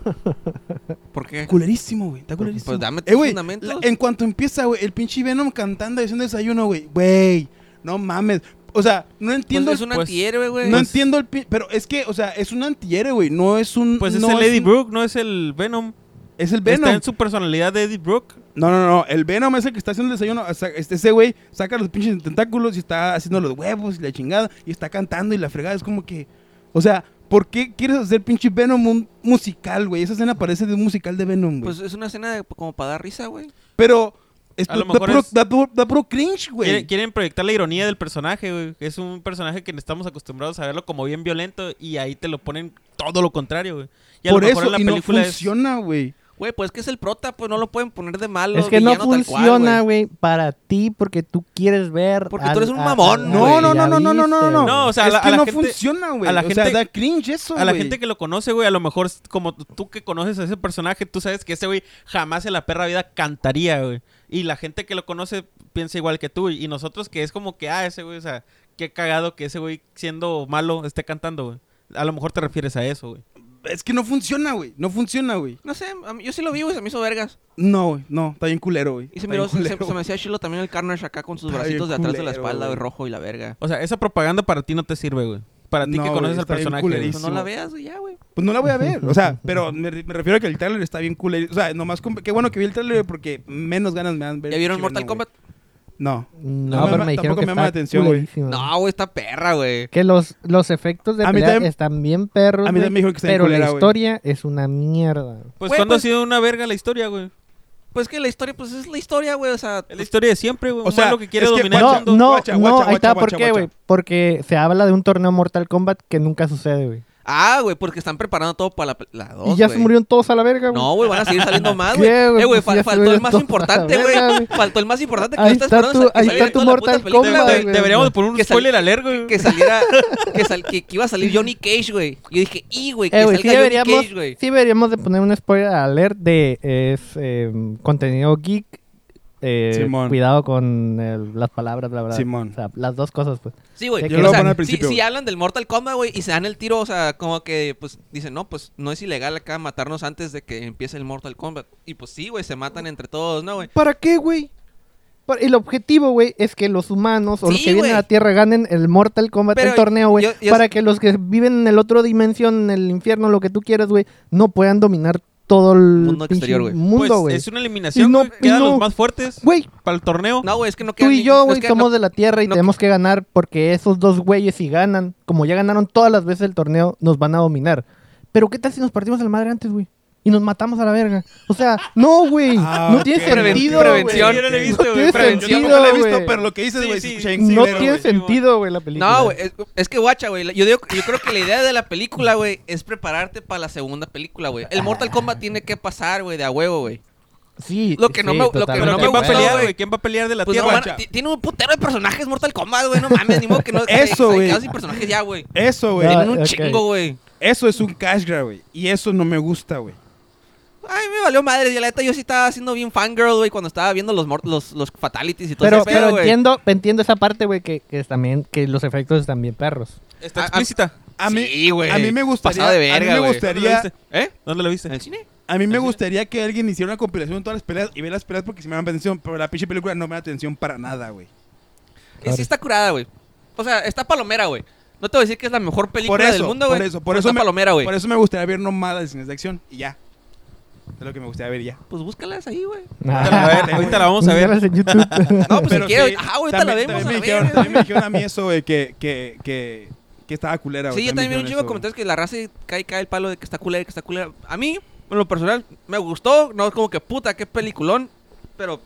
Speaker 3: ¿Por qué?
Speaker 4: Culerísimo, güey. Está culerísimo.
Speaker 3: Pues dame tus
Speaker 4: Eh, güey,
Speaker 3: fundamentos.
Speaker 4: la- en cuanto empieza, güey, el pinche Venom cantando y haciendo desayuno, güey. Güey, no mames. O sea, no
Speaker 3: Pues
Speaker 4: entiendo.
Speaker 3: es
Speaker 4: el-
Speaker 3: un
Speaker 5: pues,
Speaker 3: antihéroe, güey.
Speaker 4: no entiendo el pin- Pero es que, o sea, es un antihéroe, güey. No es un.
Speaker 5: Pues es
Speaker 4: no
Speaker 5: el Eddie
Speaker 4: un-
Speaker 5: Brooke, no es el Venom.
Speaker 4: Es el
Speaker 5: Está
Speaker 4: Venom.
Speaker 5: en su personalidad de Eddie Brooke.
Speaker 4: No, no, no. El Venom es el que está haciendo el desayuno. O sea, este- ese güey saca los pinches tentáculos y está haciendo los huevos y la chingada. Y está cantando y la fregada. Es como que. O sea, ¿por qué quieres hacer pinche Venom un musical, güey? Esa escena parece de un musical de Venom, güey.
Speaker 3: Pues es una escena de- como para dar risa, güey.
Speaker 4: pero. es-
Speaker 5: a lo
Speaker 4: da,
Speaker 5: mejor
Speaker 4: puro,
Speaker 5: es-
Speaker 4: da puro- da puro cringe, güey.
Speaker 5: Quieren, quieren proyectar la ironía del personaje, güey. Es un personaje que estamos acostumbrados a verlo como bien violento y ahí te lo ponen todo lo contrario, güey. Y a
Speaker 4: Por
Speaker 5: lo mejor
Speaker 4: eso,
Speaker 5: en la
Speaker 4: y no
Speaker 5: película es-
Speaker 4: funciona, güey.
Speaker 3: Güey, pues es que es el prota, pues no lo pueden poner de malo.
Speaker 2: Es que no
Speaker 3: villano tal cual,
Speaker 2: funciona,
Speaker 3: güey.
Speaker 2: güey, para ti porque tú quieres ver.
Speaker 3: Porque
Speaker 2: al-
Speaker 3: tú eres un
Speaker 2: a-
Speaker 3: mamón,
Speaker 2: a-
Speaker 4: No,
Speaker 3: güey,
Speaker 4: no,
Speaker 2: ya
Speaker 4: no, no, no, no, no,
Speaker 2: viste,
Speaker 4: no.
Speaker 2: güey.
Speaker 5: No, o
Speaker 4: es
Speaker 5: sea, a la-
Speaker 4: que
Speaker 5: a la
Speaker 4: no
Speaker 5: gente-
Speaker 4: funciona, güey.
Speaker 5: a la
Speaker 4: O sea,
Speaker 5: gente-
Speaker 4: da cringe eso,
Speaker 5: A la
Speaker 4: güey.
Speaker 5: gente que lo conoce, güey, a lo mejor s- como t- tú que conoces a ese personaje, tú sabes que ese güey jamás en la perra vida cantaría, güey. Y la gente que lo conoce piensa igual que tú. Y nosotros que es como que, ah, ese güey, o sea, qué cagado que ese güey siendo malo esté cantando, güey. A lo mejor te refieres a eso, güey.
Speaker 4: Es que no funciona, güey. No funciona, güey.
Speaker 3: No sé, a mí- yo sí lo vi, güey, se me hizo vergas.
Speaker 4: No, güey. No, está bien culero, güey.
Speaker 3: Y se,
Speaker 4: Está
Speaker 3: me
Speaker 4: bien
Speaker 3: se, se-
Speaker 4: culero,
Speaker 3: se me hacía chilo también el Carnage acá con sus
Speaker 4: Está
Speaker 3: bracitos de
Speaker 4: bien
Speaker 3: atrás de la
Speaker 4: culero,
Speaker 3: espalda, güey,
Speaker 4: güey.
Speaker 3: rojo y la verga.
Speaker 5: O sea, esa propaganda para ti no te sirve, güey. Para ti
Speaker 4: No,
Speaker 5: que
Speaker 4: güey,
Speaker 5: conoces al
Speaker 4: está bien
Speaker 5: personaje. güey.
Speaker 4: culerísimo.
Speaker 3: Pues no la veas, güey, ya, güey.
Speaker 4: Pues no la voy a ver, o sea, pero me, re- me refiero a que el trailer está bien cool. O sea, nomás, comp- qué bueno que vi el trailer porque menos ganas me dan ver.
Speaker 3: ¿Ya vieron
Speaker 4: chileno,
Speaker 3: Mortal
Speaker 4: güey.
Speaker 3: Kombat?
Speaker 4: No.
Speaker 2: No,
Speaker 4: me
Speaker 2: pero
Speaker 4: llama-
Speaker 2: me dijeron
Speaker 4: tampoco
Speaker 2: que
Speaker 4: me llama la
Speaker 2: está
Speaker 4: atención, güey.
Speaker 2: culerísimo.
Speaker 3: No, güey, está perra, güey.
Speaker 2: Que los, los efectos de
Speaker 4: A mí
Speaker 2: pelea
Speaker 4: también-
Speaker 2: están bien perros,
Speaker 4: a mí
Speaker 2: güey,
Speaker 4: también me dijeron que está bien
Speaker 2: pero la
Speaker 4: culera, güey.
Speaker 2: historia es una mierda.
Speaker 5: Pues
Speaker 3: Güey,
Speaker 5: cuando
Speaker 3: pues-
Speaker 5: ha sido una verga la historia, güey.
Speaker 3: Pues que la historia, pues es la historia, güey, o sea...
Speaker 5: Es la historia de siempre, güey.
Speaker 4: O sea,
Speaker 5: lo que quiere
Speaker 4: es que-
Speaker 5: dominar
Speaker 4: guacha,
Speaker 5: el mundo.
Speaker 2: no,
Speaker 4: guacha,
Speaker 2: no,
Speaker 4: guacha,
Speaker 2: ahí está,
Speaker 4: guacha,
Speaker 2: ¿por qué,
Speaker 4: guacha.
Speaker 2: güey? Porque se habla de un torneo Mortal Kombat que nunca sucede, güey.
Speaker 3: Ah, güey, porque están preparando todo para la- la 2,
Speaker 2: Y ya se murieron todos a la verga, güey.
Speaker 3: No, güey, van a seguir saliendo más,
Speaker 2: ¿Qué,
Speaker 3: güey.
Speaker 2: güey?
Speaker 3: Eh, güey,
Speaker 2: Pues
Speaker 3: fa-
Speaker 2: ya se
Speaker 3: faltó
Speaker 2: ve
Speaker 3: el más
Speaker 2: todo
Speaker 3: importante,
Speaker 2: la verga,
Speaker 3: güey.
Speaker 2: güey.
Speaker 3: Faltó el más importante que
Speaker 2: Ahí
Speaker 3: yo estaba
Speaker 2: está
Speaker 3: esperando
Speaker 2: tu-
Speaker 3: sa- que
Speaker 2: ahí
Speaker 3: saliera
Speaker 2: está tu
Speaker 3: toda la puta
Speaker 2: Mortal
Speaker 3: película,
Speaker 2: Kombat,
Speaker 3: güey.
Speaker 5: De-
Speaker 2: güey.
Speaker 5: deberíamos poner un
Speaker 3: Que sal-
Speaker 5: spoiler alert, güey.
Speaker 3: Que saliera, que, sal- que, que iba a salir Johnny Cage, güey. Yo dije, y, güey, que
Speaker 2: Eh, güey, sí
Speaker 3: salga Johnny
Speaker 2: deberíamos,
Speaker 3: Cage, güey.
Speaker 2: sí deberíamos de poner un spoiler alert de es, eh, contenido geek. eh,
Speaker 4: Simón.
Speaker 2: cuidado con el- las palabras, bla, bla.
Speaker 4: Simón.
Speaker 2: O sea, las dos cosas, pues.
Speaker 3: Sí, güey.
Speaker 2: Yo
Speaker 3: pero,
Speaker 2: lo
Speaker 3: o sea,
Speaker 4: pongo al
Speaker 3: si-
Speaker 4: principio,
Speaker 3: Si,
Speaker 4: güey.
Speaker 3: hablan del Mortal Kombat, güey, y se dan el tiro, o sea, como que, pues, dicen, no, pues, no es ilegal acá matarnos antes de que empiece el Mortal Kombat. Y pues sí, güey, se matan entre todos, ¿no, güey?
Speaker 2: ¿Para qué, güey? Para- El objetivo, güey, es que los humanos o los
Speaker 3: Sí,
Speaker 2: que vienen
Speaker 3: güey.
Speaker 2: a la Tierra ganen el Mortal Kombat,
Speaker 3: Pero
Speaker 2: el torneo, güey.
Speaker 3: yo- yo-
Speaker 2: Para que los que viven en el otro dimensión, en el infierno, lo que tú quieras, güey, no puedan dominar todo el
Speaker 3: Mundo
Speaker 2: pinche
Speaker 3: exterior, güey.
Speaker 2: mundo,
Speaker 4: Pues,
Speaker 2: güey.
Speaker 5: Pues, es una eliminación,
Speaker 2: Y no-
Speaker 5: güey.
Speaker 2: y
Speaker 5: Quedan
Speaker 2: no-
Speaker 5: los más fuertes
Speaker 2: Güey,
Speaker 5: para el torneo.
Speaker 3: No, güey, es que no queda
Speaker 2: tú y
Speaker 3: ni-
Speaker 2: yo,
Speaker 3: es
Speaker 2: güey,
Speaker 3: que
Speaker 2: somos
Speaker 3: no-
Speaker 2: de la Tierra y
Speaker 3: no-
Speaker 2: tenemos que ganar porque esos dos güeyes si ganan, como ya ganaron todas las veces el torneo, nos van a dominar. Pero ¿qué tal si nos partimos a la madre antes, güey? Y nos matamos a la verga. O sea, no, güey.
Speaker 4: Ah,
Speaker 2: no
Speaker 4: ok.
Speaker 2: tiene
Speaker 4: Preven-
Speaker 2: sentido,
Speaker 3: prevención.
Speaker 2: güey.
Speaker 5: Yo no la he visto,
Speaker 2: No
Speaker 5: güey.
Speaker 2: tiene
Speaker 4: Yo tampoco
Speaker 2: sentido,
Speaker 4: la he visto,
Speaker 2: güey.
Speaker 4: pero lo que dices,
Speaker 5: Sí,
Speaker 4: güey,
Speaker 5: sí.
Speaker 4: Shane
Speaker 2: No
Speaker 4: Silver,
Speaker 2: tiene
Speaker 4: güey.
Speaker 2: sentido, güey, la película.
Speaker 3: No, güey, es, es que guacha, güey. Yo, digo- yo creo que la idea de la película, güey, es prepararte para la segunda película, güey. El
Speaker 4: Ah.
Speaker 3: Mortal Kombat tiene que pasar, güey, de a huevo, güey.
Speaker 2: Sí.
Speaker 3: Lo que no
Speaker 2: sí,
Speaker 3: me- lo que
Speaker 5: Pero
Speaker 2: totalmente
Speaker 3: no me
Speaker 5: ¿quién va a
Speaker 3: gustó,
Speaker 5: pelear,
Speaker 3: güey.
Speaker 5: güey? ¿Quién va a pelear de la
Speaker 3: Pues no,
Speaker 5: tierra?
Speaker 3: van a- ti- tiene un putero de personajes Mortal Kombat, güey. No mames, ni modo que no. que se-
Speaker 4: Eso,
Speaker 3: se
Speaker 4: güey.
Speaker 3: quedó sin personajes ya, güey.
Speaker 4: Eso, güey.
Speaker 2: Ah,
Speaker 3: Tienen un
Speaker 2: ok.
Speaker 3: chingo, güey.
Speaker 4: Eso es un cash grab, güey. Y eso no me gusta, güey.
Speaker 3: Ay, me valió madre. Yo, la neta, yo sí estaba haciendo bien fangirl, güey, cuando estaba viendo los, mor- los, los fatalities y todo
Speaker 2: pues, Pero,
Speaker 3: ese pedo,
Speaker 2: pero
Speaker 3: güey.
Speaker 2: entiendo, entiendo esa parte, güey, que, que es también, que los efectos están bien perros.
Speaker 5: Está
Speaker 4: Ah,
Speaker 3: A- a-
Speaker 5: explícita.
Speaker 4: A mí,
Speaker 3: Sí, güey.
Speaker 4: a mí me gustaría,
Speaker 3: Pasado de verga,
Speaker 4: a mí me
Speaker 3: güey.
Speaker 5: ¿Dónde lo
Speaker 4: gustaría,
Speaker 5: viste?
Speaker 3: ¿Eh?
Speaker 5: ¿Dónde lo
Speaker 3: ¿En
Speaker 5: viste?
Speaker 3: el cine?
Speaker 4: a mí me gustaría que alguien hiciera una compilación de todas las peleas y ver las peleas porque si me dan atención, pero la pinche película no me da atención para nada, güey.
Speaker 3: Eh, Sí está curada, güey. O sea, está palomera, güey. No te voy a decir que es la mejor película
Speaker 4: Por eso,
Speaker 3: del mundo,
Speaker 4: por
Speaker 3: güey.
Speaker 4: eso, por
Speaker 3: pero
Speaker 4: eso
Speaker 3: Está
Speaker 4: me-
Speaker 3: palomera, güey.
Speaker 4: Por eso me gustaría ver nomás de cines de acción y ya. Es lo que me gustaría ver y ya.
Speaker 3: Pues búscalas ahí, güey.
Speaker 5: Ahorita la- a ver, ahorita la vamos a ver.
Speaker 2: Míralas en YouTube.
Speaker 3: No, pues si
Speaker 4: sí,
Speaker 3: quieres, ajá, ahorita
Speaker 4: también-
Speaker 3: la vemos.
Speaker 4: También
Speaker 3: a
Speaker 4: me,
Speaker 3: la
Speaker 4: dijeron,
Speaker 3: verga,
Speaker 4: también me
Speaker 3: güey.
Speaker 4: dijeron a mí eso, güey, que, que, que, que estaba culera, güey.
Speaker 3: Sí, yo también vi un
Speaker 4: me
Speaker 3: chingo de
Speaker 4: dijeron eso,
Speaker 3: comentarios que la raza cae, cae el palo de que está culera, que está culera. A mí, en lo personal, me gustó. No es como que puta, qué peliculón. Pero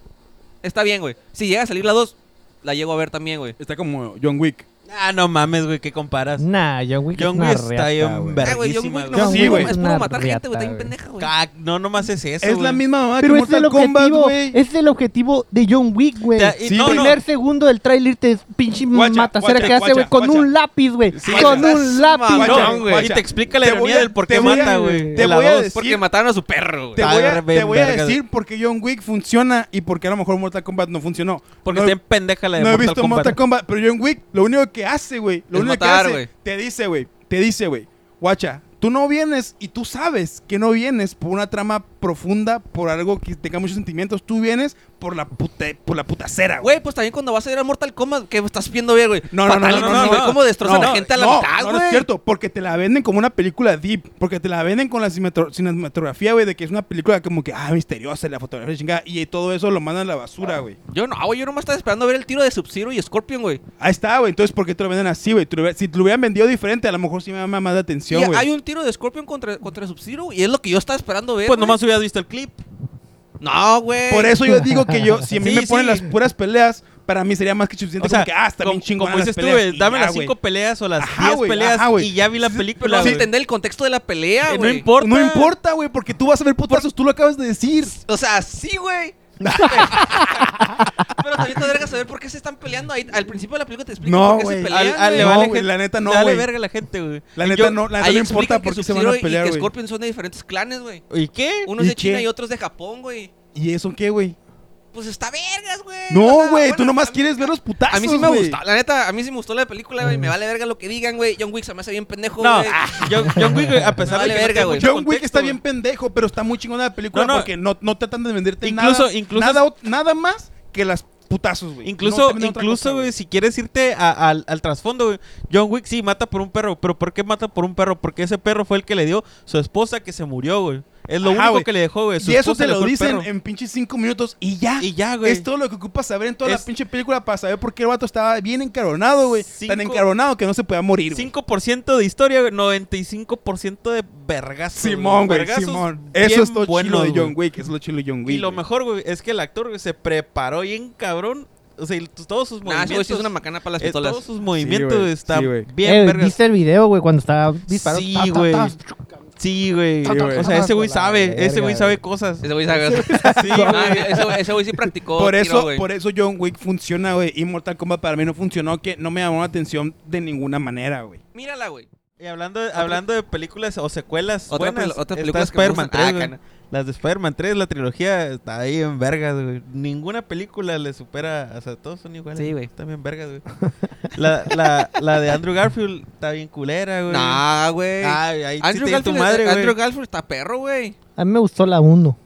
Speaker 3: está bien, güey. Si llega a salir la 2, la llego a ver también, güey.
Speaker 4: güey. Está como John Wick.
Speaker 5: Ah, no mames, güey, ¿qué comparas?
Speaker 2: Nah, John Wick es
Speaker 5: John
Speaker 2: una
Speaker 5: Wick está
Speaker 2: reata, güey.
Speaker 3: Ah,
Speaker 5: bien
Speaker 3: güey, John
Speaker 5: verguísima,
Speaker 3: Wick
Speaker 5: güey.
Speaker 3: no
Speaker 4: Sí,
Speaker 3: es,
Speaker 4: güey.
Speaker 3: puro- es puro
Speaker 2: Una
Speaker 3: matar gente, güey.
Speaker 2: riata,
Speaker 3: También
Speaker 2: güey.
Speaker 3: pendeja, güey.
Speaker 5: Ca- Ah, No, nomás es eso,
Speaker 4: Es la
Speaker 5: güey.
Speaker 4: misma mamá
Speaker 2: Pero
Speaker 4: que
Speaker 2: es el
Speaker 4: Mortal Kombat,
Speaker 2: objetivo, eh.
Speaker 4: güey.
Speaker 2: es el objetivo de John Wick, güey.
Speaker 5: Ya, y
Speaker 2: El
Speaker 4: Sí, no, no.
Speaker 2: primer segundo del tráiler te pinche
Speaker 4: Guacha,
Speaker 2: matacera
Speaker 4: guacha,
Speaker 2: que hace, güey,
Speaker 4: guacha,
Speaker 2: con
Speaker 4: guacha.
Speaker 2: un lápiz, güey.
Speaker 4: Sí,
Speaker 2: con
Speaker 3: guacha.
Speaker 2: un lápiz.
Speaker 3: Mamá,
Speaker 2: güey.
Speaker 5: No,
Speaker 4: Guacha,
Speaker 5: güey. Y
Speaker 4: guacha.
Speaker 5: te explica la
Speaker 4: Te
Speaker 5: ironía
Speaker 4: voy a-
Speaker 5: del por
Speaker 4: te
Speaker 5: qué
Speaker 4: voy a-
Speaker 5: mata, güey.
Speaker 4: te
Speaker 5: de la
Speaker 4: voy a
Speaker 5: dos.
Speaker 4: decir-
Speaker 3: Porque mataron a su perro, güey.
Speaker 4: Te
Speaker 5: Está
Speaker 4: voy, a,
Speaker 5: re
Speaker 4: te voy a
Speaker 5: vergas.
Speaker 4: decir por qué John Wick funciona y por qué a lo mejor Mortal Kombat no funcionó.
Speaker 5: Porque
Speaker 4: no,
Speaker 5: está en pendeja la de
Speaker 4: no he
Speaker 5: Mortal
Speaker 4: visto
Speaker 5: Kombat.
Speaker 4: Mortal Kombat, pero John Wick lo único que hace, güey, lo
Speaker 3: Es
Speaker 4: único
Speaker 3: matar,
Speaker 4: que hace,
Speaker 3: güey.
Speaker 4: te dice, güey, te dice, güey, guacha, tú no vienes y tú sabes que no vienes por una trama profunda, por algo que tenga muchos sentimientos, tú vienes por la puta, por la putacera, güey.
Speaker 3: Güey, pues también cuando vas a ir a Mortal Kombat, que estás viendo bien, güey.
Speaker 4: No, no, no, no,
Speaker 3: Fatalities,
Speaker 5: no, no,
Speaker 3: güey,
Speaker 5: no.
Speaker 3: Cómo destrozan
Speaker 4: No,
Speaker 3: a gente a la
Speaker 4: no,
Speaker 3: mitad,
Speaker 4: no,
Speaker 3: güey.
Speaker 4: no es cierto, porque te la venden como una película deep, porque te la venden con la cinematro- cinematografía, güey, de que es una película como que, ah, misteriosa, y la fotografía chingada, y todo eso lo mandan a la basura, güey.
Speaker 3: Yo no, ah, güey, yo nomás estaba esperando ver el tiro de Sub-Zero y Scorpion, güey.
Speaker 4: Ahí está, güey. Entonces, ¿por qué te lo venden así, güey? Te lo hubiera- Si te lo hubieran vendido diferente, a lo mejor sí me llama más la atención,
Speaker 3: Y
Speaker 4: güey.
Speaker 3: hay un tiro de Scorpion contra, contra Sub-Zero y es lo que yo estaba esperando ver.
Speaker 5: Pues
Speaker 3: güey.
Speaker 5: nomás hubieras visto el clip.
Speaker 3: No, güey.
Speaker 4: Por eso yo digo que yo, si a mí
Speaker 5: Sí,
Speaker 4: me ponen
Speaker 5: sí.
Speaker 4: las puras peleas, para mí sería más que suficiente.
Speaker 5: O sea,
Speaker 4: como que, ah, está bien
Speaker 5: como-
Speaker 4: chingón.
Speaker 5: como dices tú, güey, dame las cinco peleas o las
Speaker 4: Ajá,
Speaker 5: 10
Speaker 4: güey,
Speaker 5: peleas
Speaker 4: ajá, güey.
Speaker 5: y ya vi la
Speaker 4: Sí,
Speaker 5: película,
Speaker 3: Pero vas a
Speaker 5: güey.
Speaker 3: entender el contexto de la pelea,
Speaker 5: Eh,
Speaker 3: güey.
Speaker 5: no importa.
Speaker 4: No importa, güey, porque tú vas a ver putazos, tú lo acabas de decir.
Speaker 3: O sea, sí, güey. Pero también tendría que saber por qué se están peleando. Ahí, al principio de la película te explican por
Speaker 4: No,
Speaker 3: qué se
Speaker 4: güey.
Speaker 3: pelean.
Speaker 5: Al- al-
Speaker 3: güey.
Speaker 5: le
Speaker 4: No,
Speaker 5: vale
Speaker 4: güey,
Speaker 5: gente-
Speaker 4: la neta no,
Speaker 5: le vale
Speaker 4: güey.
Speaker 5: verga la gente, güey.
Speaker 4: La
Speaker 5: Y
Speaker 4: neta
Speaker 5: yo-
Speaker 4: no, la neta
Speaker 3: Ahí
Speaker 4: no
Speaker 3: explican
Speaker 4: importa
Speaker 3: que
Speaker 4: porque se van a
Speaker 3: Sub-Zero
Speaker 4: pelear,
Speaker 3: y que
Speaker 4: güey.
Speaker 3: Scorpion son de diferentes clanes, güey.
Speaker 5: ¿Y qué?
Speaker 3: Uno
Speaker 4: ¿Y
Speaker 3: es de China
Speaker 4: qué?
Speaker 3: y otro es de Japón, güey.
Speaker 4: ¿Y eso qué, güey?
Speaker 3: Pues está vergas, güey. O
Speaker 4: No,
Speaker 3: sea,
Speaker 4: güey, tú
Speaker 3: bueno,
Speaker 4: nomás
Speaker 3: a mí-
Speaker 4: quieres ver los putazos.
Speaker 3: A mí sí me
Speaker 4: güey. Mm.
Speaker 3: gustó, la neta, a mí sí me gustó la película, güey. Me vale verga lo que digan, güey. John Wick se me hace bien pendejo,
Speaker 5: No, eh,
Speaker 3: güey.
Speaker 5: John, John Wick, güey, a
Speaker 3: Me
Speaker 5: pesar
Speaker 3: vale
Speaker 5: de que no
Speaker 3: verga,
Speaker 5: tiene
Speaker 3: güey.
Speaker 5: mucho
Speaker 4: John Wick
Speaker 5: contexto,
Speaker 4: está
Speaker 5: güey.
Speaker 4: bien pendejo, pero está muy chingona la película
Speaker 5: No, no.
Speaker 4: porque no, no tratan de venderte
Speaker 5: Incluso-
Speaker 4: nada,
Speaker 5: incluso-
Speaker 4: nada, o- nada más que las putazos, güey. No
Speaker 5: Incluso,
Speaker 4: te venden otra cosa,
Speaker 5: incluso, güey, si quieres irte a- al, al trasfondo, güey. John Wick sí mata por un perro, pero ¿por qué mata por un perro? Porque ese perro fue el que le dio su esposa que se murió, güey. Es lo
Speaker 4: Ajá,
Speaker 5: único
Speaker 4: güey.
Speaker 5: que le dejó, güey. su
Speaker 4: Y eso
Speaker 5: esposa
Speaker 4: te
Speaker 5: le
Speaker 4: lo
Speaker 5: dejó el
Speaker 4: dicen
Speaker 5: perro.
Speaker 4: en pinches cinco minutos y ya.
Speaker 5: Y ya, güey.
Speaker 4: Es todo lo que ocupas saber en toda
Speaker 5: Es-
Speaker 4: la pinche película para saber por qué el vato estaba bien encaronado, güey. Tan
Speaker 5: Cinco-
Speaker 4: encaronado que no se podía morir, güey.
Speaker 5: 5% de historia, güey, 95% de vergazos. güey.
Speaker 4: Simón, güey,
Speaker 5: Vergazos
Speaker 4: Simón.
Speaker 5: bien
Speaker 4: Eso es lo
Speaker 5: buenos,
Speaker 4: chilo de John
Speaker 5: güey.
Speaker 4: Wick, es lo chilo de John Wick.
Speaker 5: Y lo
Speaker 4: güey.
Speaker 5: mejor, güey, es que el actor güey, se preparó bien cabrón. O sea, y t- todos sus
Speaker 3: Nah, ese güey
Speaker 5: movimientos.
Speaker 3: sí es una macana para las
Speaker 5: eh,
Speaker 3: pistolas.
Speaker 5: todos sus movimientos
Speaker 4: güey,
Speaker 5: están
Speaker 4: sí, güey.
Speaker 5: bien
Speaker 2: Eh,
Speaker 5: vergas.
Speaker 2: ¿Viste el video, güey? Cuando estaba disparando.
Speaker 5: Sí,
Speaker 2: Ta, ta, ta.
Speaker 5: güey. Sí, güey.
Speaker 4: Sí, güey.
Speaker 5: o sea, ese güey
Speaker 2: La
Speaker 5: sabe,
Speaker 2: verga,
Speaker 5: ese güey
Speaker 2: güey.
Speaker 5: sabe cosas.
Speaker 3: Ese güey sabe.
Speaker 5: Sí,
Speaker 3: Ah,
Speaker 5: güey.
Speaker 3: ese güey- ese güey sí practicó.
Speaker 4: Por
Speaker 3: tiro,
Speaker 4: eso,
Speaker 3: güey.
Speaker 4: por eso John Wick funciona, güey. Y Mortal Kombat para mí no funcionó, que no me llamó la atención de ninguna manera, güey.
Speaker 3: Mírala, güey.
Speaker 5: Y hablando de, hablando de películas o secuelas
Speaker 3: Otra
Speaker 5: buenas,
Speaker 3: pel- otra
Speaker 5: está
Speaker 3: películas que me
Speaker 5: Spider-Man
Speaker 3: gustan.
Speaker 5: 3,
Speaker 3: Ah,
Speaker 5: güey.
Speaker 3: cana.
Speaker 5: Las de Spider-Man 3, la trilogía está ahí en vergas, güey. Ninguna película le supera, o sea, todos son iguales.
Speaker 3: Sí, güey.
Speaker 5: También vergas, güey. la, la, la de Andrew Garfield está bien culera, güey.
Speaker 3: Nah, güey.
Speaker 5: Ay, ahí sí
Speaker 3: Andrew
Speaker 5: te di tu
Speaker 3: Garfield,
Speaker 5: madre, güey.
Speaker 3: Andrew Garfield está perro, güey.
Speaker 2: A mí me gustó la 1.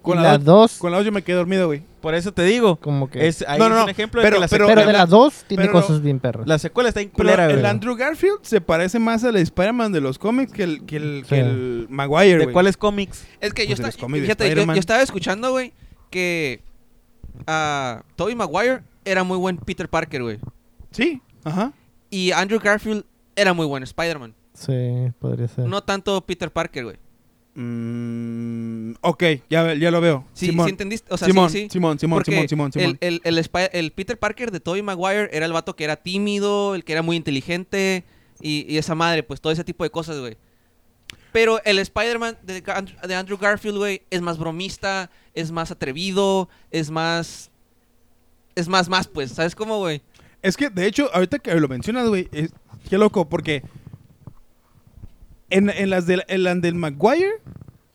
Speaker 4: Con
Speaker 2: y
Speaker 4: la
Speaker 2: la
Speaker 4: dos-
Speaker 2: 2,
Speaker 4: Con la dos yo me quedé dormido, güey.
Speaker 5: Por eso te digo,
Speaker 2: como que.
Speaker 5: es, ahí
Speaker 4: No,
Speaker 5: es
Speaker 4: no, no,
Speaker 5: un ejemplo
Speaker 4: pero-
Speaker 5: de que la
Speaker 4: pero-
Speaker 5: secuela,
Speaker 2: pero de
Speaker 4: el-
Speaker 2: las dos tiene
Speaker 4: pero-
Speaker 2: cosas bien perras.
Speaker 5: la secuela está bien
Speaker 4: Pero
Speaker 5: culera,
Speaker 4: el
Speaker 5: güey.
Speaker 4: Andrew Garfield se parece más al Spider-Man de los cómics que el, que el, que
Speaker 2: Sí.
Speaker 4: el Maguire,
Speaker 5: ¿De
Speaker 4: güey.
Speaker 5: cuáles cómics?
Speaker 3: Es que yo,
Speaker 4: Pues de
Speaker 3: esta-
Speaker 4: los cómics de
Speaker 3: fíjate, yo- yo,
Speaker 4: Spider-Man.
Speaker 3: estaba escuchando, güey, que ah, Tobey Maguire era muy buen Peter Parker, güey.
Speaker 4: Sí, ajá.
Speaker 3: Y Andrew Garfield era muy buen Spider-Man.
Speaker 2: Sí, podría ser.
Speaker 3: No tanto Peter Parker, güey.
Speaker 4: Mm, ok, ya, ya lo veo.
Speaker 3: Sí,
Speaker 4: Simón.
Speaker 3: ¿sí entendiste? O sea,
Speaker 4: Simón,
Speaker 3: sí, sí.
Speaker 4: Simón, Simón,
Speaker 3: Porque
Speaker 4: Simón, Simón, Simón.
Speaker 3: El, el, el Spi- el Peter Parker de Tobey Maguire era el vato que era tímido, el que era muy inteligente y, y esa madre, pues todo ese tipo de cosas, güey. Pero el Spider-Man de, Ga- de Andrew Garfield, güey, es más bromista, es más atrevido, es más... Es más, más, pues, ¿sabes cómo, güey?
Speaker 4: Es que, de hecho, ahorita que lo mencionas, güey, es- qué loco, porque en, en las del, en las del Maguire,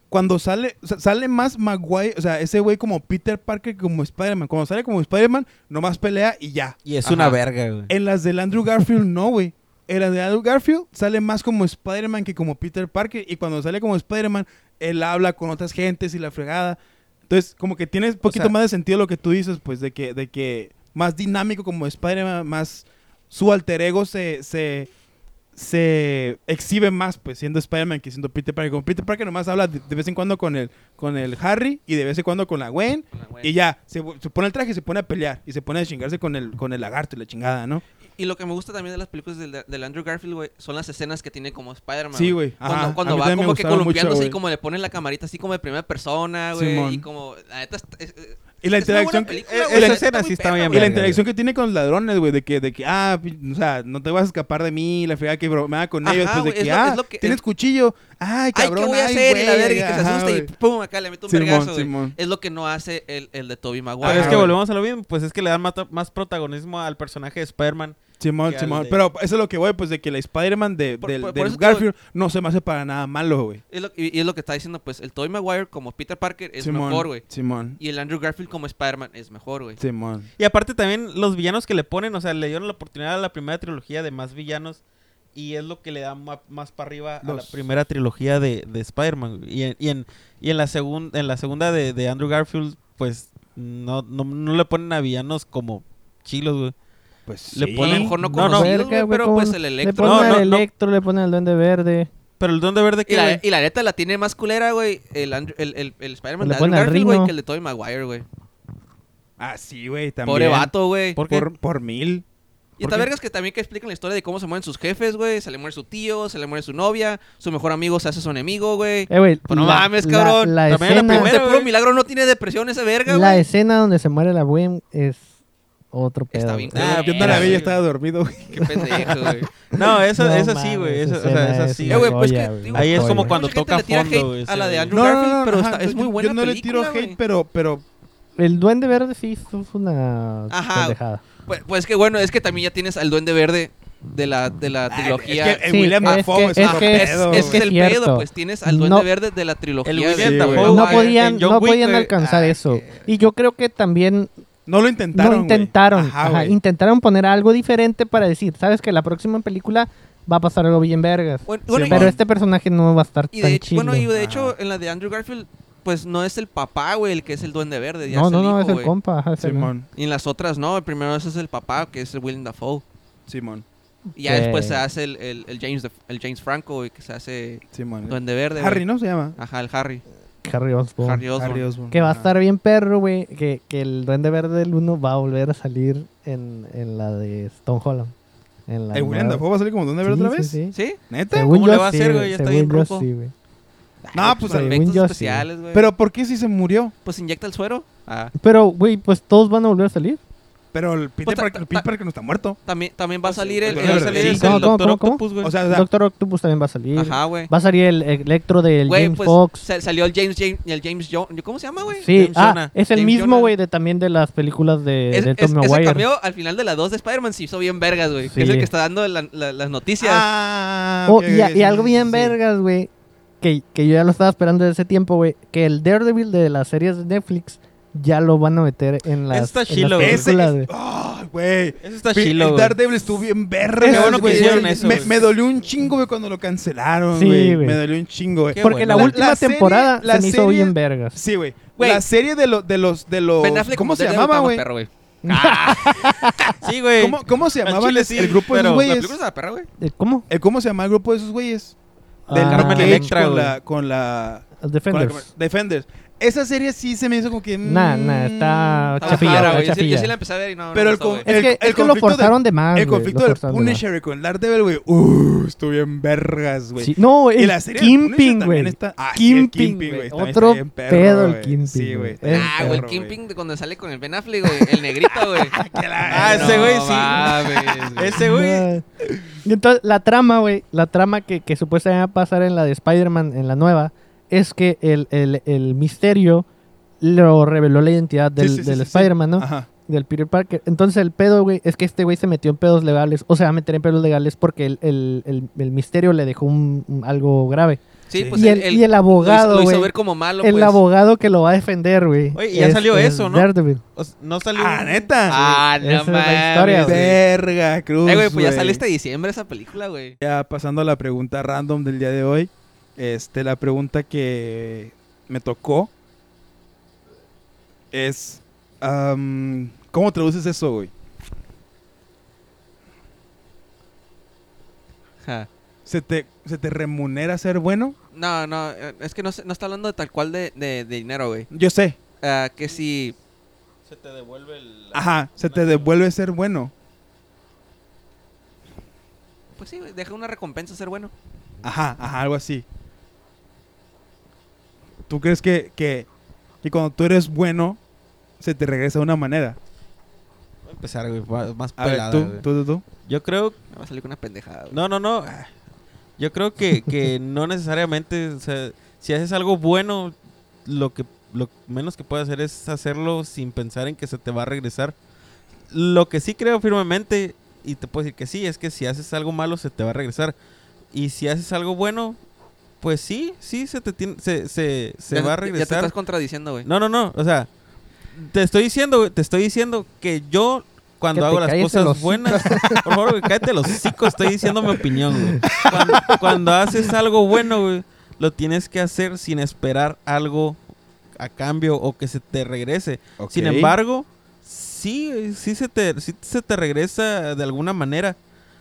Speaker 4: cuando sale, o sea, sale más Maguire, o sea, ese güey como Peter Parker que como Spider-Man. Cuando sale como Spider-Man, nomás pelea y ya.
Speaker 5: Y es
Speaker 3: Ajá.
Speaker 5: una verga, güey.
Speaker 4: En las del Andrew Garfield, no, güey. En las de Andrew Garfield sale más como Spider-Man que como Peter Parker. Y cuando sale como Spider-Man, él habla con otras gentes y la fregada. Entonces, como que tienes un poquito
Speaker 5: sea-
Speaker 4: más de sentido lo que tú dices, pues, de que, de que más dinámico como Spider-Man, más su alter ego se, se, se exhibe más, pues, siendo Spider-Man que siendo Peter Parker. Como Peter Parker nomás habla de, de vez en cuando con el, con el Harry y de vez en cuando con la Gwen.
Speaker 3: pues.
Speaker 4: Y ya, se, se pone el traje y se pone a pelear. Y se pone a chingarse con el, con el lagarto y la chingada, ¿no?
Speaker 3: Y lo que me gusta también de las películas del, del Andrew Garfield, güey, son las escenas que tiene como Spider-Man.
Speaker 4: Sí, güey. Ajá.
Speaker 3: Cuando, cuando
Speaker 4: A mí
Speaker 3: va
Speaker 4: también me
Speaker 3: como que
Speaker 4: gustaron mucho,
Speaker 3: columpiándose
Speaker 4: güey.
Speaker 3: y como le ponen la camarita así como de primera persona, güey.
Speaker 4: Simón.
Speaker 3: Y como, la neta, es- es- es-
Speaker 4: Y la
Speaker 3: es una buena
Speaker 4: interacción, que-
Speaker 3: película,
Speaker 5: eh,
Speaker 3: güey,
Speaker 5: esa
Speaker 3: la neta
Speaker 5: escena
Speaker 3: muy
Speaker 5: sí está
Speaker 3: perra,
Speaker 5: bien
Speaker 3: güey.
Speaker 4: y la
Speaker 5: verga,
Speaker 4: interacción que tiene con los ladrones, güey, de que, de que, ah, pi- o sea, no te vas a escapar de mí, la fregada que bromeaba con
Speaker 3: Ajá,
Speaker 4: ellos, pues de
Speaker 3: güey, es
Speaker 4: que,
Speaker 3: lo-
Speaker 4: ah,
Speaker 3: es lo que-
Speaker 4: tienes
Speaker 3: es-
Speaker 4: cuchillo, ay,
Speaker 3: Ay,
Speaker 4: cabrón,
Speaker 3: ¿qué voy a
Speaker 4: ay,
Speaker 3: hacer? y la
Speaker 4: güey,
Speaker 3: verga, y que se
Speaker 4: ajá,
Speaker 3: asusta y
Speaker 4: güey.
Speaker 3: pum, acá le mete un
Speaker 4: Simón,
Speaker 3: vergazo, güey.
Speaker 4: Simón.
Speaker 3: Es lo que no hace el, el de Toby Maguire.
Speaker 5: Pero es
Speaker 4: Ah,
Speaker 5: que
Speaker 4: güey.
Speaker 5: volvemos a lo mismo, pues es que le dan mata- más protagonismo al personaje de Spider-Man.
Speaker 4: Simón,
Speaker 5: que al
Speaker 4: Simón,
Speaker 5: de-
Speaker 4: pero eso es lo que voy, pues de que la Spider-Man de,
Speaker 3: Por-
Speaker 4: del,
Speaker 3: por- por
Speaker 4: del
Speaker 3: eso te
Speaker 4: Garfield no se me hace para nada malo, güey.
Speaker 3: Es lo- y, y es lo que está diciendo, pues, el Toby Maguire como Peter Parker es
Speaker 4: Simón,
Speaker 3: mejor, güey.
Speaker 4: Simón,
Speaker 3: Y el Andrew Garfield como Spider-Man es mejor, güey.
Speaker 4: Simón.
Speaker 5: Y aparte también los villanos que le ponen, o sea, le dieron la oportunidad a la primera trilogía de más villanos y es lo que le da ma- más para arriba a la
Speaker 4: Los-
Speaker 5: primera trilogía de, de Spider-Man. güey. Y en, y en, y en la, segun- en la segunda de, de Andrew Garfield, pues no, no, no le ponen a villanos como chilos, güey.
Speaker 4: Pues
Speaker 5: Le
Speaker 4: sí.
Speaker 3: A lo
Speaker 5: ponen-
Speaker 3: mejor no
Speaker 5: No,
Speaker 3: conocidos,
Speaker 5: no.
Speaker 3: güey,
Speaker 2: Verga, güey,
Speaker 3: pero
Speaker 2: ¿cómo
Speaker 3: pues
Speaker 2: no?
Speaker 3: el
Speaker 2: Le
Speaker 3: Electro...
Speaker 2: ponen
Speaker 5: No,
Speaker 2: al
Speaker 5: no, no.
Speaker 2: Electro, le ponen al Duende Verde.
Speaker 5: Pero el Duende Verde
Speaker 3: Y
Speaker 5: que...
Speaker 3: la, y la neta la tiene más culera, güey, el, Andrew- el, el, el Spider-Man
Speaker 2: Le
Speaker 3: de Andrew
Speaker 2: ponen al
Speaker 3: Garfield, güey,
Speaker 2: Rino.
Speaker 3: que el de Tobey Maguire, güey.
Speaker 4: Ah, sí, güey, también.
Speaker 3: Pobre vato, güey.
Speaker 5: ¿Por qué?
Speaker 4: Por, por mil.
Speaker 3: Y esta
Speaker 4: qué?
Speaker 3: verga es que también que explican la historia de cómo se mueren sus jefes, güey. Se le muere su tío, se le muere su novia, su mejor amigo se hace su enemigo, güey.
Speaker 2: Eh, güey.
Speaker 3: Pues no
Speaker 2: la-
Speaker 3: mames,
Speaker 2: la-
Speaker 3: cabrón.
Speaker 2: La,
Speaker 5: También la
Speaker 2: escena,
Speaker 5: primera,
Speaker 3: Este puro
Speaker 5: güey.
Speaker 3: milagro no tiene depresión ese verga,
Speaker 2: la
Speaker 3: güey.
Speaker 2: escena donde se muere la Gwen es otro pedo.
Speaker 3: Está bien
Speaker 2: güey.
Speaker 5: Ah,
Speaker 3: culera.
Speaker 4: Yo no la
Speaker 5: Era,
Speaker 4: vi,
Speaker 5: güey.
Speaker 4: ya estaba dormido, güey.
Speaker 3: Qué pendejo, güey.
Speaker 5: No, eso,
Speaker 2: No
Speaker 5: eso sí,
Speaker 2: mames,
Speaker 5: güey. Eso,
Speaker 2: esa
Speaker 5: o sea,
Speaker 2: escena
Speaker 5: eso
Speaker 2: es
Speaker 5: sí.
Speaker 3: Eh, güey, pues
Speaker 2: joya,
Speaker 3: que,
Speaker 2: güey.
Speaker 3: digo,
Speaker 5: Ahí es
Speaker 2: Joya.
Speaker 5: como cuando
Speaker 3: Mucha gente
Speaker 5: toca
Speaker 3: le tira
Speaker 5: fondo,
Speaker 3: hate
Speaker 5: güey,
Speaker 3: A la
Speaker 5: sí,
Speaker 3: de
Speaker 5: güey.
Speaker 3: Andrew Garfield, pero
Speaker 4: ajá,
Speaker 3: está- es
Speaker 4: yo-
Speaker 3: muy buena
Speaker 4: Yo no
Speaker 3: película,
Speaker 4: le tiro hate,
Speaker 3: güey.
Speaker 4: pero, pero
Speaker 2: El Duende Verde sí es una
Speaker 3: Ajá.
Speaker 2: pendejada.
Speaker 3: Pues, pues que bueno, es que también ya tienes al Duende Verde de la, de la trilogía. Ah,
Speaker 4: Es que el
Speaker 2: Sí,
Speaker 4: William
Speaker 2: es
Speaker 4: Dafoe
Speaker 2: que-
Speaker 4: es,
Speaker 2: es
Speaker 4: otro
Speaker 2: que
Speaker 3: es, es que
Speaker 4: pedo, güey.
Speaker 3: es
Speaker 2: es
Speaker 3: el
Speaker 2: cierto.
Speaker 3: pedo, pues tienes al Duende
Speaker 2: No-
Speaker 3: Verde de la trilogía.
Speaker 5: El
Speaker 3: de-
Speaker 5: William
Speaker 4: Sí,
Speaker 5: Dafoe,
Speaker 4: güey.
Speaker 5: güey,
Speaker 2: no podían,
Speaker 5: en John
Speaker 2: no
Speaker 5: Wick,
Speaker 3: eh,
Speaker 2: podían
Speaker 5: güey.
Speaker 3: ah,
Speaker 2: alcanzar
Speaker 4: Ay,
Speaker 2: eso.
Speaker 4: qué-
Speaker 2: Y yo creo que también
Speaker 4: No lo intentaron.
Speaker 2: lo
Speaker 4: güey.
Speaker 2: intentaron.
Speaker 4: Ajá,
Speaker 2: Ajá,
Speaker 4: güey.
Speaker 2: intentaron poner algo diferente para decir, sabes que la próxima película va a pasar algo bien vergas.
Speaker 3: Bueno, bueno, y-
Speaker 4: Sí,
Speaker 2: pero
Speaker 4: man.
Speaker 2: este personaje no va a estar
Speaker 3: y,
Speaker 2: tan
Speaker 3: de hecho,
Speaker 2: chido.
Speaker 3: bueno, y de
Speaker 4: Ajá.
Speaker 3: hecho, en la de Andrew Garfield, pues no es el papá, güey, el que es el Duende Verde. ya
Speaker 2: no,
Speaker 3: es
Speaker 2: no,
Speaker 3: el
Speaker 2: no,
Speaker 3: hijo,
Speaker 2: es el
Speaker 3: güey.
Speaker 2: compa. ajá, es el-
Speaker 4: Simón,
Speaker 3: Y en las otras no, el primero ese es el papá, que es el William Dafoe.
Speaker 4: Simón,
Speaker 3: Y ya
Speaker 2: Ok.
Speaker 3: después se hace el, el- el James, Daf- el James Franco, güey, que se hace
Speaker 4: Simón.
Speaker 3: Duende Verde.
Speaker 4: Harry,
Speaker 3: güey.
Speaker 4: ¿no se llama?
Speaker 3: Ajá, el Harry.
Speaker 2: Harry Osborn.
Speaker 3: Harry Osborn.
Speaker 4: Harry Osborn.
Speaker 2: Que va a
Speaker 4: Ajá.
Speaker 2: estar bien perro, güey. Que, que el Duende Verde del 1 va a volver a salir en, en la de Stone Holland. En la
Speaker 4: ¿El William
Speaker 2: nueva-
Speaker 4: Dafoe va a salir como Duende Verde
Speaker 2: Sí,
Speaker 4: otra vez?
Speaker 2: sí, sí.
Speaker 3: ¿Sí?
Speaker 4: ¿Neta?
Speaker 2: Según
Speaker 5: ¿Cómo
Speaker 2: yo
Speaker 5: le va a
Speaker 2: sí,
Speaker 5: hacer, güey? Ya está
Speaker 2: según
Speaker 5: bien
Speaker 2: yo
Speaker 5: ruco.
Speaker 2: sí, güey.
Speaker 4: No, pues,
Speaker 2: según
Speaker 3: efectos
Speaker 2: yo sí.
Speaker 3: especiales, güey.
Speaker 4: Pero ¿por qué si se murió?
Speaker 3: Pues inyecta el suero. Ah.
Speaker 2: Pero, güey, pues todos van a volver a salir.
Speaker 4: Pero el Peter,
Speaker 3: Pues, ta-
Speaker 4: Parker, el
Speaker 3: ta-
Speaker 4: Peter Parker no está muerto.
Speaker 3: También, también va a salir el...
Speaker 5: El,
Speaker 4: Pues,
Speaker 3: el-
Speaker 4: Duende
Speaker 5: va a
Speaker 4: Verde.
Speaker 5: salir
Speaker 3: el-
Speaker 5: el,
Speaker 2: Sí, ¿cómo,
Speaker 5: el
Speaker 2: cómo,
Speaker 5: Doctor
Speaker 2: cómo?
Speaker 5: Octopus, güey.
Speaker 4: O sea, o sea,
Speaker 2: Doctor Octopus también va a salir.
Speaker 3: Ajá, güey.
Speaker 2: Va a salir el Electro del
Speaker 3: Güey,
Speaker 2: James
Speaker 3: pues
Speaker 2: Fox.
Speaker 3: sa- salió el James, James, el James Jones. ¿Cómo se llama, güey?
Speaker 2: Sí,
Speaker 5: James
Speaker 2: ah,
Speaker 5: Jonah.
Speaker 2: es el
Speaker 3: James
Speaker 2: mismo,
Speaker 3: Jonah.
Speaker 2: güey, de, también de las películas de,
Speaker 3: Es-
Speaker 2: de
Speaker 3: es-
Speaker 2: Tom
Speaker 3: ese
Speaker 2: Maguire.
Speaker 3: cameo al final de las dos de Spider-Man se hizo bien vergas, güey. que Es
Speaker 2: Sí.
Speaker 3: el que está dando la- la- las noticias.
Speaker 4: Ah,
Speaker 2: Oh,
Speaker 4: ok,
Speaker 2: y, a-
Speaker 4: ok,
Speaker 2: y
Speaker 4: sí,
Speaker 2: algo
Speaker 4: sí,
Speaker 2: bien
Speaker 4: sí.
Speaker 2: vergas, güey, que, que yo ya lo estaba esperando desde ese tiempo, güey, que el Daredevil de las series de Netflix ya lo van a meter en las,
Speaker 5: Está
Speaker 2: en las
Speaker 5: chilo, güey.
Speaker 4: Ese
Speaker 2: películas, güey.
Speaker 4: es... ¡Ay, güey!
Speaker 5: Eso está
Speaker 4: Pi-
Speaker 5: chilo,
Speaker 4: el
Speaker 5: güey.
Speaker 4: Daredevil estuvo bien verga.
Speaker 5: Qué bueno que hicieron eso,
Speaker 4: Me,
Speaker 5: güey.
Speaker 4: me dolió un chingo, güey, cuando lo cancelaron,
Speaker 2: Sí,
Speaker 4: güey.
Speaker 2: güey.
Speaker 4: me dolió un chingo, güey.
Speaker 5: Qué
Speaker 2: Porque
Speaker 5: bueno.
Speaker 2: la
Speaker 5: La-
Speaker 2: última
Speaker 4: la serie-
Speaker 2: temporada
Speaker 4: la
Speaker 2: se me hizo
Speaker 4: serie-
Speaker 2: bien vergas.
Speaker 4: Sí, güey.
Speaker 3: Güey.
Speaker 4: La serie de, lo- de los... De los
Speaker 3: Ben Affleck
Speaker 4: ¿Cómo
Speaker 3: como
Speaker 4: se
Speaker 3: Daredevil
Speaker 4: llamaba,
Speaker 3: estaba más
Speaker 4: güey?
Speaker 3: perro, güey?
Speaker 5: Sí, güey.
Speaker 4: ¿Cómo, ¿Cómo se
Speaker 5: Al
Speaker 4: llamaban
Speaker 5: chile
Speaker 4: el,
Speaker 5: sí,
Speaker 4: el grupo de esos
Speaker 5: pero- la
Speaker 3: ¿La
Speaker 4: güeyes?
Speaker 3: película estaba perra, güey?
Speaker 2: Eh, ¿Cómo?
Speaker 4: Eh, ¿Cómo se llama el grupo de esos güeyes? Del
Speaker 2: Ah,
Speaker 4: Carmen
Speaker 5: Carmen Electra,
Speaker 4: con
Speaker 5: güey.
Speaker 4: la... Con la con la-
Speaker 2: Defenders.
Speaker 4: Defenders. Esa serie sí se me hizo como que... mm, ah,
Speaker 2: Nah, nah, está
Speaker 3: Estaba
Speaker 2: Chapilla,
Speaker 3: perra,
Speaker 2: la
Speaker 3: güey. Yo sí- Yo
Speaker 2: chapilla.
Speaker 3: sí la empecé a ver y no, no
Speaker 4: Pero
Speaker 3: me
Speaker 4: el
Speaker 3: gustó,
Speaker 4: con-
Speaker 3: güey.
Speaker 2: Es
Speaker 4: el-
Speaker 2: que,
Speaker 4: el
Speaker 2: es que lo
Speaker 4: conflicto de-
Speaker 2: forzaron de más,
Speaker 4: El
Speaker 2: güey,
Speaker 4: conflicto
Speaker 2: lo
Speaker 4: del
Speaker 2: forzaron de más.
Speaker 4: Punisher y con el Daredevil, güey. Uh, estuvo bien vergas, güey.
Speaker 2: Sí, No,
Speaker 4: Y
Speaker 2: el
Speaker 4: la serie del Punisher
Speaker 2: Kimping,
Speaker 4: también
Speaker 2: güey.
Speaker 4: está- Ah, sí, el
Speaker 2: Kimping,
Speaker 4: Kingpin,
Speaker 2: güey.
Speaker 4: también
Speaker 2: Otro
Speaker 4: está bien perro,
Speaker 2: pedo el
Speaker 4: güey.
Speaker 2: Kimping,
Speaker 4: Sí, güey.
Speaker 2: güey.
Speaker 4: está bien
Speaker 3: Ah, güey, el
Speaker 4: perro,
Speaker 3: Kingpin de cuando sale con el Ben Affleck, güey. El negrito, güey.
Speaker 5: Ah, ese güey sí. Ese güey.
Speaker 2: Nah. Ah, Y entonces, la trama, güey, la trama que, que supuestamente va a pasar en la de Spider-Man, en la nueva, es que el, el- el misterio lo reveló la identidad del,
Speaker 4: Sí, sí, sí,
Speaker 2: del
Speaker 4: sí, sí.
Speaker 2: Spider-Man, ¿no?
Speaker 4: Ajá.
Speaker 2: Del Peter Parker. Entonces, el pedo, güey, es que este güey se metió en pedos legales, o se va a meter en pedos legales porque el, el- el- el misterio le dejó un- un- algo grave.
Speaker 3: Sí,
Speaker 5: Sí.
Speaker 3: pues
Speaker 2: y, el, y el
Speaker 3: lo hizo-
Speaker 2: abogado,
Speaker 3: Lo hizo
Speaker 2: güey,
Speaker 3: ver como malo,
Speaker 2: el
Speaker 3: pues.
Speaker 2: abogado que lo va a defender, güey.
Speaker 5: Oye, y ya
Speaker 2: es-
Speaker 5: salió
Speaker 2: es
Speaker 5: eso, ¿no?
Speaker 2: Daredevil.
Speaker 5: O sea, no salió.
Speaker 4: Ah, neta.
Speaker 3: Ah,
Speaker 2: Esa
Speaker 3: no
Speaker 2: es la historia, güey.
Speaker 3: mames, güey.
Speaker 4: Verga, Cruz.
Speaker 3: Eh, güey, pues ya sale
Speaker 4: güey.
Speaker 3: este diciembre esa película, güey.
Speaker 4: Ya pasando a la pregunta random del día de hoy. Este, la pregunta que me tocó es. am, ¿Cómo traduces eso, güey?
Speaker 3: Ja.
Speaker 4: ¿Se te, ¿Se te remunera ser bueno?
Speaker 3: No, no, eh, es que no, se- no está hablando de tal cual de, de- de dinero, güey.
Speaker 4: Yo sé.
Speaker 3: Ah, que si...
Speaker 5: Se te devuelve el.
Speaker 4: Ajá, se te devuelve ser bueno.
Speaker 3: Pues sí, güey, deja una recompensa ser bueno.
Speaker 4: Ajá, ajá, algo así. ¿Tú crees que, que, que cuando tú eres bueno, se te regresa de una manera?
Speaker 5: Voy a empezar, güey. va- Más
Speaker 4: A ver,
Speaker 5: pelada,
Speaker 4: tú,
Speaker 5: güey.
Speaker 4: tú, tú, tú.
Speaker 5: Yo creo.
Speaker 3: Me va a salir con una pendejada, güey.
Speaker 5: No, no, no. Yo creo que, que no necesariamente. o sea, si haces algo bueno, lo que lo menos que puedes hacer es hacerlo sin pensar en que se te va a regresar. Lo que sí creo firmemente, y te puedo decir que sí, es que si haces algo malo, se te va a regresar. Y si haces algo bueno, pues sí, sí, se te tiene- se, se, se
Speaker 3: Ya-
Speaker 5: va
Speaker 3: Ya
Speaker 5: a
Speaker 3: te
Speaker 5: regresar.
Speaker 3: estás contradiciendo, güey.
Speaker 5: No, no, no. O sea, te estoy diciendo, güey, te estoy diciendo que yo cuando
Speaker 2: Que te
Speaker 5: hago las
Speaker 2: calles el
Speaker 5: cosas
Speaker 2: hocico.
Speaker 5: buenas, por favor, güey, cállate los hocico, estoy diciendo mi opinión, güey. Cuando, cuando haces algo bueno, güey, lo tienes que hacer sin esperar algo a cambio o que se te regrese. Sin
Speaker 4: Ok.
Speaker 5: embargo, sí, güey, sí se te sí se te regresa de alguna manera.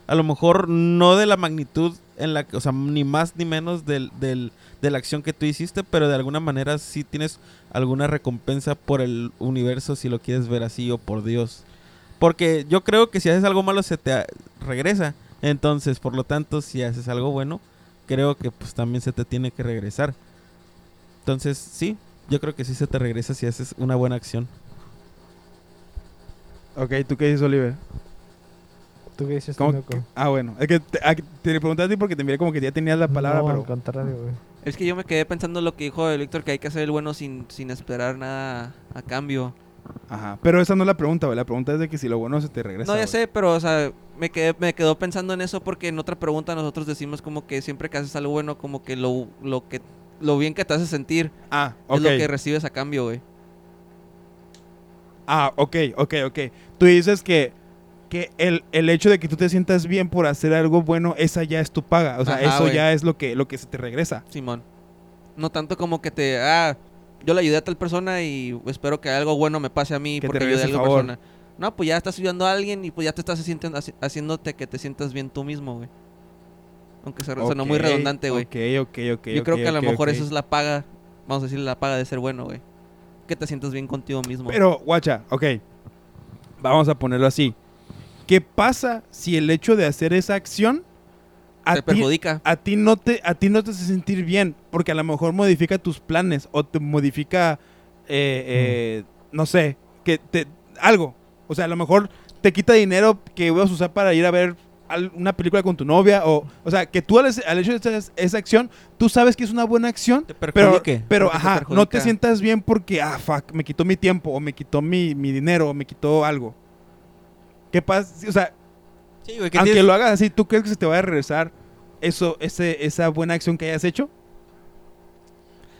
Speaker 5: A lo mejor no de la magnitud en la que, o sea, ni más ni menos del, del, de la acción que tú hiciste, pero de alguna manera sí tienes alguna recompensa por el universo si lo quieres ver así o por Dios. Porque yo creo que si haces algo malo se te a- regresa. Entonces, por lo tanto, si haces algo bueno, creo que pues también se te tiene que regresar. Entonces, sí, yo creo que sí se te regresa si haces una buena acción.
Speaker 4: Ok, ¿tú qué dices, Oliver?
Speaker 2: ¿Tú qué dices,
Speaker 4: ¿Cómo
Speaker 2: Tinoco?
Speaker 4: que- ah, bueno. Es que te, ah, que te pregunté a ti porque te miré como que ya tenías la palabra,
Speaker 2: No, al
Speaker 4: pero...
Speaker 2: contrario, güey.
Speaker 3: Es que yo me quedé pensando lo que dijo el Víctor, que hay que hacer el bueno sin, sin esperar nada a cambio.
Speaker 4: Ajá. Pero esa no es la pregunta, güey. La pregunta es de que si lo bueno se te regresa.
Speaker 3: No, ya
Speaker 4: güey.
Speaker 3: sé, pero, o sea, me quedé, me quedó pensando en eso porque en otra pregunta nosotros decimos como que siempre que haces algo bueno, como que lo, lo que lo bien que te hace sentir
Speaker 4: Ah, ok.
Speaker 3: es lo que recibes a cambio, güey.
Speaker 4: Ah, ok, ok, ok. Tú dices que, que el, el hecho de que tú te sientas bien por hacer algo bueno, esa ya es tu paga. O sea,
Speaker 3: Ajá,
Speaker 4: eso
Speaker 3: güey.
Speaker 4: ya es lo que, lo que se te regresa.
Speaker 3: Simón. No tanto como que te, ah, yo le ayudé a tal persona y espero que algo bueno me pase a mí
Speaker 4: Que te
Speaker 3: porque ayudé a
Speaker 4: regrese el
Speaker 3: alguna
Speaker 4: favor.
Speaker 3: persona. No, pues ya estás ayudando a alguien y pues ya te estás haciendo- haci- haciéndote que te sientas bien tú mismo, güey. Aunque se sonó muy
Speaker 4: Ok,
Speaker 3: redundante, güey.
Speaker 4: Ok, ok, ok.
Speaker 3: Yo creo que a lo mejor
Speaker 4: eso
Speaker 3: eso es la paga, vamos a decir, la paga de ser bueno, güey. Que te sientas bien contigo mismo.
Speaker 4: Pero, guacha, ok. Vamos a ponerlo así. ¿Qué pasa si el hecho de hacer esa acción a
Speaker 3: te
Speaker 4: ti-
Speaker 3: perjudica.
Speaker 4: a ti no te a ti no te hace sentir bien porque a lo mejor modifica tus planes o te modifica eh, eh,
Speaker 3: Mm.
Speaker 4: no sé que te algo o sea a lo mejor te quita dinero que vas a usar para ir a ver al- una película con tu novia o o sea que tú al, al hecho de hacer esa acción tú sabes que es una buena acción
Speaker 5: Te
Speaker 4: pero,
Speaker 5: perjudique.
Speaker 4: pero
Speaker 3: porque te
Speaker 4: ajá, no te
Speaker 3: perjudica.
Speaker 4: sientas bien porque, ah, fuck, me quitó mi tiempo, o me quitó mi, mi dinero, o me quitó algo. ¿Qué pasa? O sea,
Speaker 5: Sí, güey, que
Speaker 4: aunque
Speaker 5: tienes-
Speaker 4: lo hagas así, ¿tú crees que se te va a regresar eso, ese, esa buena acción que hayas hecho?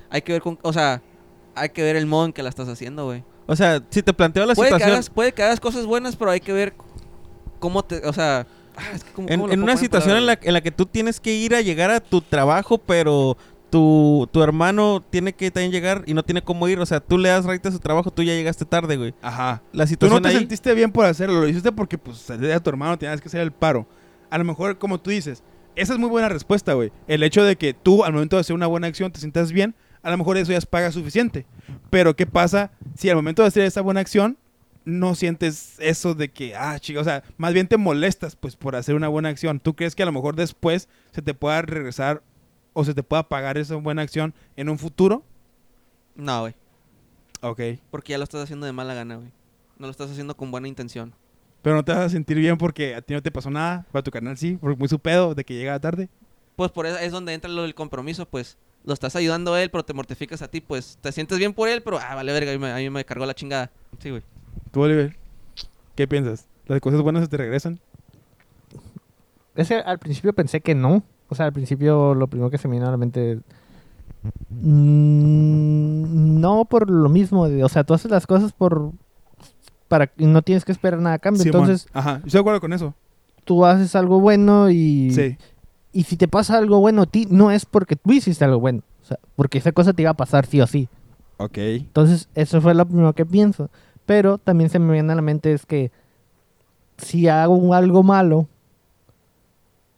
Speaker 3: Hay que ver con, o sea, hay que ver el modo en que la estás haciendo, güey.
Speaker 5: O sea, si te planteo la
Speaker 3: Puede que,
Speaker 5: situación...
Speaker 3: hagas, puede que hagas cosas buenas, pero hay que ver cómo te, o sea, ah, es que cómo-
Speaker 5: En,
Speaker 3: cómo lo
Speaker 5: en
Speaker 3: puedo
Speaker 5: una
Speaker 3: poner
Speaker 5: situación en la,
Speaker 3: palabras,
Speaker 5: en la que tú tienes que ir a llegar a tu trabajo, pero tu, tu hermano tiene que también llegar y no tiene cómo ir. O sea, tú le das raite a su trabajo, tú ya llegaste tarde, güey.
Speaker 4: Ajá.
Speaker 5: La
Speaker 4: Tú no
Speaker 5: situación
Speaker 4: te
Speaker 5: ahí...
Speaker 4: sentiste bien por hacerlo, lo hiciste porque, pues, salía a tu hermano, tenías que hacer el paro. A lo mejor, como tú dices, esa es muy buena respuesta, güey. El hecho de que tú, al momento de hacer una buena acción, te sientas bien, a lo mejor eso ya es paga suficiente. Pero, ¿qué pasa si al momento de hacer esa buena acción no sientes eso de que, ah, chica, o sea, más bien te molestas, pues, por hacer una buena acción? ¿Tú crees que a lo mejor después se te pueda regresar o se te pueda pagar esa buena acción en un futuro?
Speaker 3: güey. No, güey,
Speaker 4: Ok.
Speaker 3: porque ya lo estás haciendo de mala gana, güey. No lo estás haciendo con buena intención.
Speaker 4: Pero no te vas a sentir bien porque a ti no te pasó nada, para tu canal sí, porque muy su pedo de que llega tarde.
Speaker 3: Pues por eso es donde entra lo del compromiso, pues. Lo estás ayudando a él, pero te mortificas a ti, pues. Te sientes bien por él, pero, ah, vale verga, a mí me, a mí me cargó la chingada. Sí, güey.
Speaker 4: Tú, Oliver, ¿qué piensas? ¿Las cosas buenas se te regresan?
Speaker 2: Ese, al principio pensé que no. O sea, al principio lo primero que se me vino a la mente. mm, no por lo mismo. de- o sea, tú haces las cosas por. para y no tienes que esperar nada a cambio.
Speaker 4: Simón.
Speaker 2: Entonces,
Speaker 4: Ajá, yo estoy de acuerdo con eso.
Speaker 2: tú haces algo bueno y.
Speaker 4: Sí.
Speaker 2: Y si te pasa algo bueno a ti, no es porque tú hiciste algo bueno. O sea, porque esa cosa te iba a pasar sí o sí.
Speaker 4: Ok.
Speaker 2: Entonces, eso fue lo primero que pienso. Pero también se me viene a la mente es que si hago algo malo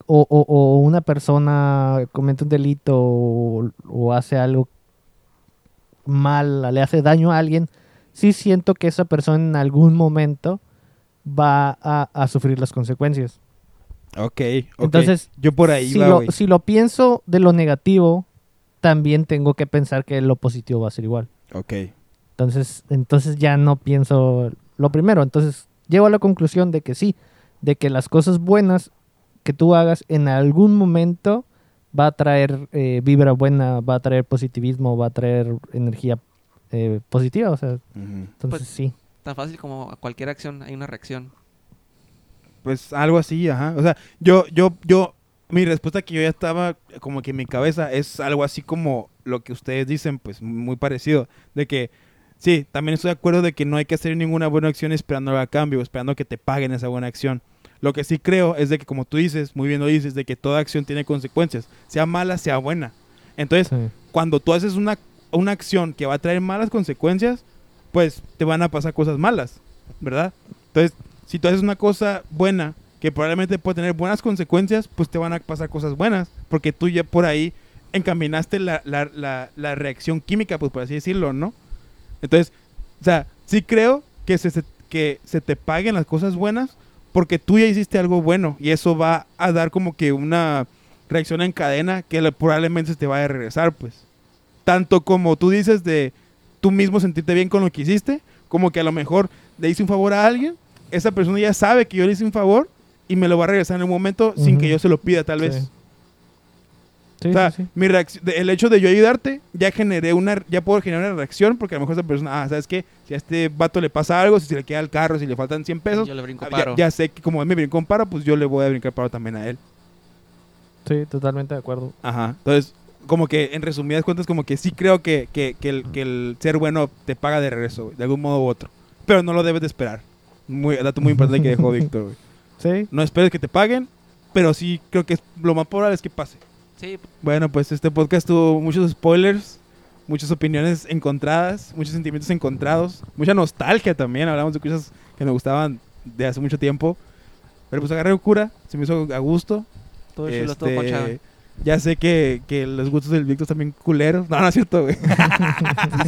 Speaker 2: o, o- o una persona comete un delito o, o hace algo mal, le hace daño a alguien, sí siento que esa persona en algún momento va a, a sufrir las consecuencias.
Speaker 4: Ok, ok.
Speaker 2: Entonces,
Speaker 4: yo por ahí
Speaker 2: si,
Speaker 4: va,
Speaker 2: lo,
Speaker 4: güey.
Speaker 2: si lo pienso de lo negativo, también tengo que pensar que lo positivo va a ser igual.
Speaker 4: Ok.
Speaker 2: Entonces, entonces ya no pienso lo primero. Entonces, llego a la conclusión de que sí, de que las cosas buenas que tú hagas en algún momento va a traer eh, vibra buena, va a traer positivismo, va a traer energía eh, positiva. O sea,
Speaker 4: Ujú.
Speaker 2: entonces
Speaker 3: Pues-
Speaker 2: sí.
Speaker 3: Tan fácil como a cualquier acción hay una reacción.
Speaker 4: Pues algo así, ajá. O sea, yo, yo, yo, mi respuesta que yo ya estaba como que en mi cabeza es algo así como lo que ustedes dicen, pues muy parecido, de que sí, también estoy de acuerdo de que no hay que hacer ninguna buena acción esperando algo a cambio, esperando que te paguen esa buena acción. Lo que sí creo es de que como tú dices, muy bien lo dices, de que toda acción tiene consecuencias, sea mala, sea buena. Entonces,
Speaker 2: Sí.
Speaker 4: cuando tú haces una, una acción que va a traer malas consecuencias, pues te van a pasar cosas malas, ¿verdad? Entonces, si tú haces una cosa buena que probablemente puede tener buenas consecuencias, pues te van a pasar cosas buenas, porque tú ya por ahí encaminaste la, la- la- la reacción química, pues por así decirlo, ¿no? Entonces, o sea, sí creo que se, se- que se te paguen las cosas buenas porque tú ya hiciste algo bueno y eso va a dar como que una reacción en cadena que le- probablemente se te vaya a regresar, pues. Tanto como tú dices de tú mismo sentirte bien con lo que hiciste, como que a lo mejor le hice un favor a alguien, esa persona ya sabe que yo le hice un favor y me lo va a regresar en un momento sin
Speaker 2: Ujú.
Speaker 4: que yo se lo pida, tal
Speaker 2: Sí.
Speaker 4: vez.
Speaker 2: Sí,
Speaker 4: o sea,
Speaker 2: sí, sí.
Speaker 4: mi reacc- de- el hecho de yo ayudarte, ya generé una, ya puedo generar una reacción porque a lo mejor esa persona, ah, ¿sabes qué? Si a este vato le pasa algo, si se le queda el carro, si le faltan 100 pesos,
Speaker 3: Yo le brinco
Speaker 4: ah,
Speaker 3: paro.
Speaker 4: ya, ya sé que como él me brincó un paro, pues yo le voy a brincar paro también a él.
Speaker 2: Sí, totalmente de acuerdo.
Speaker 4: Ajá. Entonces, como que en resumidas cuentas, como que sí creo que, que, que el, que el ser bueno te paga de regreso, güey, de algún modo u otro. Pero no lo debes de esperar. Muy, dato muy importante que dejó Víctor, güey.
Speaker 2: Sí,
Speaker 4: No esperes que te paguen, pero sí creo que es- lo más probable es que pase.
Speaker 3: Sí,
Speaker 4: Bueno, pues este podcast tuvo muchos spoilers, muchas opiniones encontradas, muchos sentimientos encontrados, mucha nostalgia también. Hablamos de cosas que nos gustaban de hace mucho tiempo. Pero pues agarré cura, se me hizo a gusto.
Speaker 3: todo chulo, todo
Speaker 4: Este,
Speaker 3: ponchado.
Speaker 4: ya sé que, que los gustos del Víctor también culeros. No, no es cierto, güey.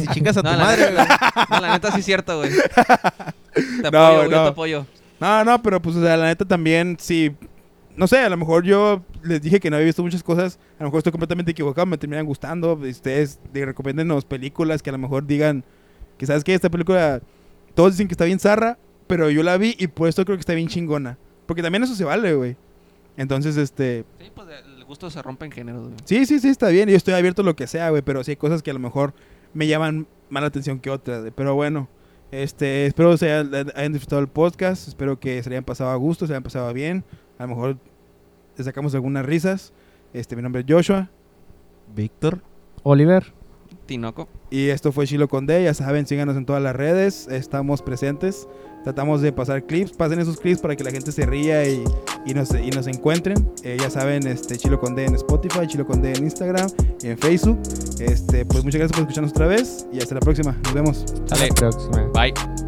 Speaker 5: Si chingas a
Speaker 3: No,
Speaker 5: tu
Speaker 3: la
Speaker 5: madre,
Speaker 3: neta, güey. No, la neta sí es cierto, güey. Te apoyo,
Speaker 4: No,
Speaker 3: güey, yo
Speaker 4: no.
Speaker 3: te apoyo.
Speaker 4: No, no, pero pues, o sea, la neta también, sí. No sé, a lo mejor yo les dije que no había visto muchas cosas. A lo mejor estoy completamente equivocado, me terminan gustando. Ustedes de- recomiéndenos películas que a lo mejor digan que, ¿sabes qué? Esta película, todos dicen que está bien zarra, pero yo la vi y por esto creo que está bien chingona. Porque también eso se vale, güey. Entonces, este.
Speaker 3: Sí, pues el gusto se rompe en géneros, güey.
Speaker 4: Sí, sí, sí, está bien. Yo estoy abierto a lo que sea, güey. Pero sí hay cosas que a lo mejor me llaman más la atención que otras, güey. Pero bueno, este, espero se hayan, hayan disfrutado el podcast. Espero que se le hayan pasado a gusto, se le hayan pasado bien. A lo mejor le sacamos algunas risas. Este, mi nombre es Joshua.
Speaker 5: Víctor.
Speaker 2: Oliver.
Speaker 3: Tinoco.
Speaker 4: Y esto fue Chilo Conde. Ya saben, síganos en todas las redes. Estamos presentes. Tratamos de pasar clips. Pasen esos clips para que la gente se ría y, y nos, y nos encuentren. Eh, ya saben, este, Chilo Conde en Spotify, Chilo Conde en Instagram, en Facebook. Este, pues muchas gracias por escucharnos otra vez. Y hasta la próxima. Nos vemos.
Speaker 2: Hasta la próxima.
Speaker 3: Bye.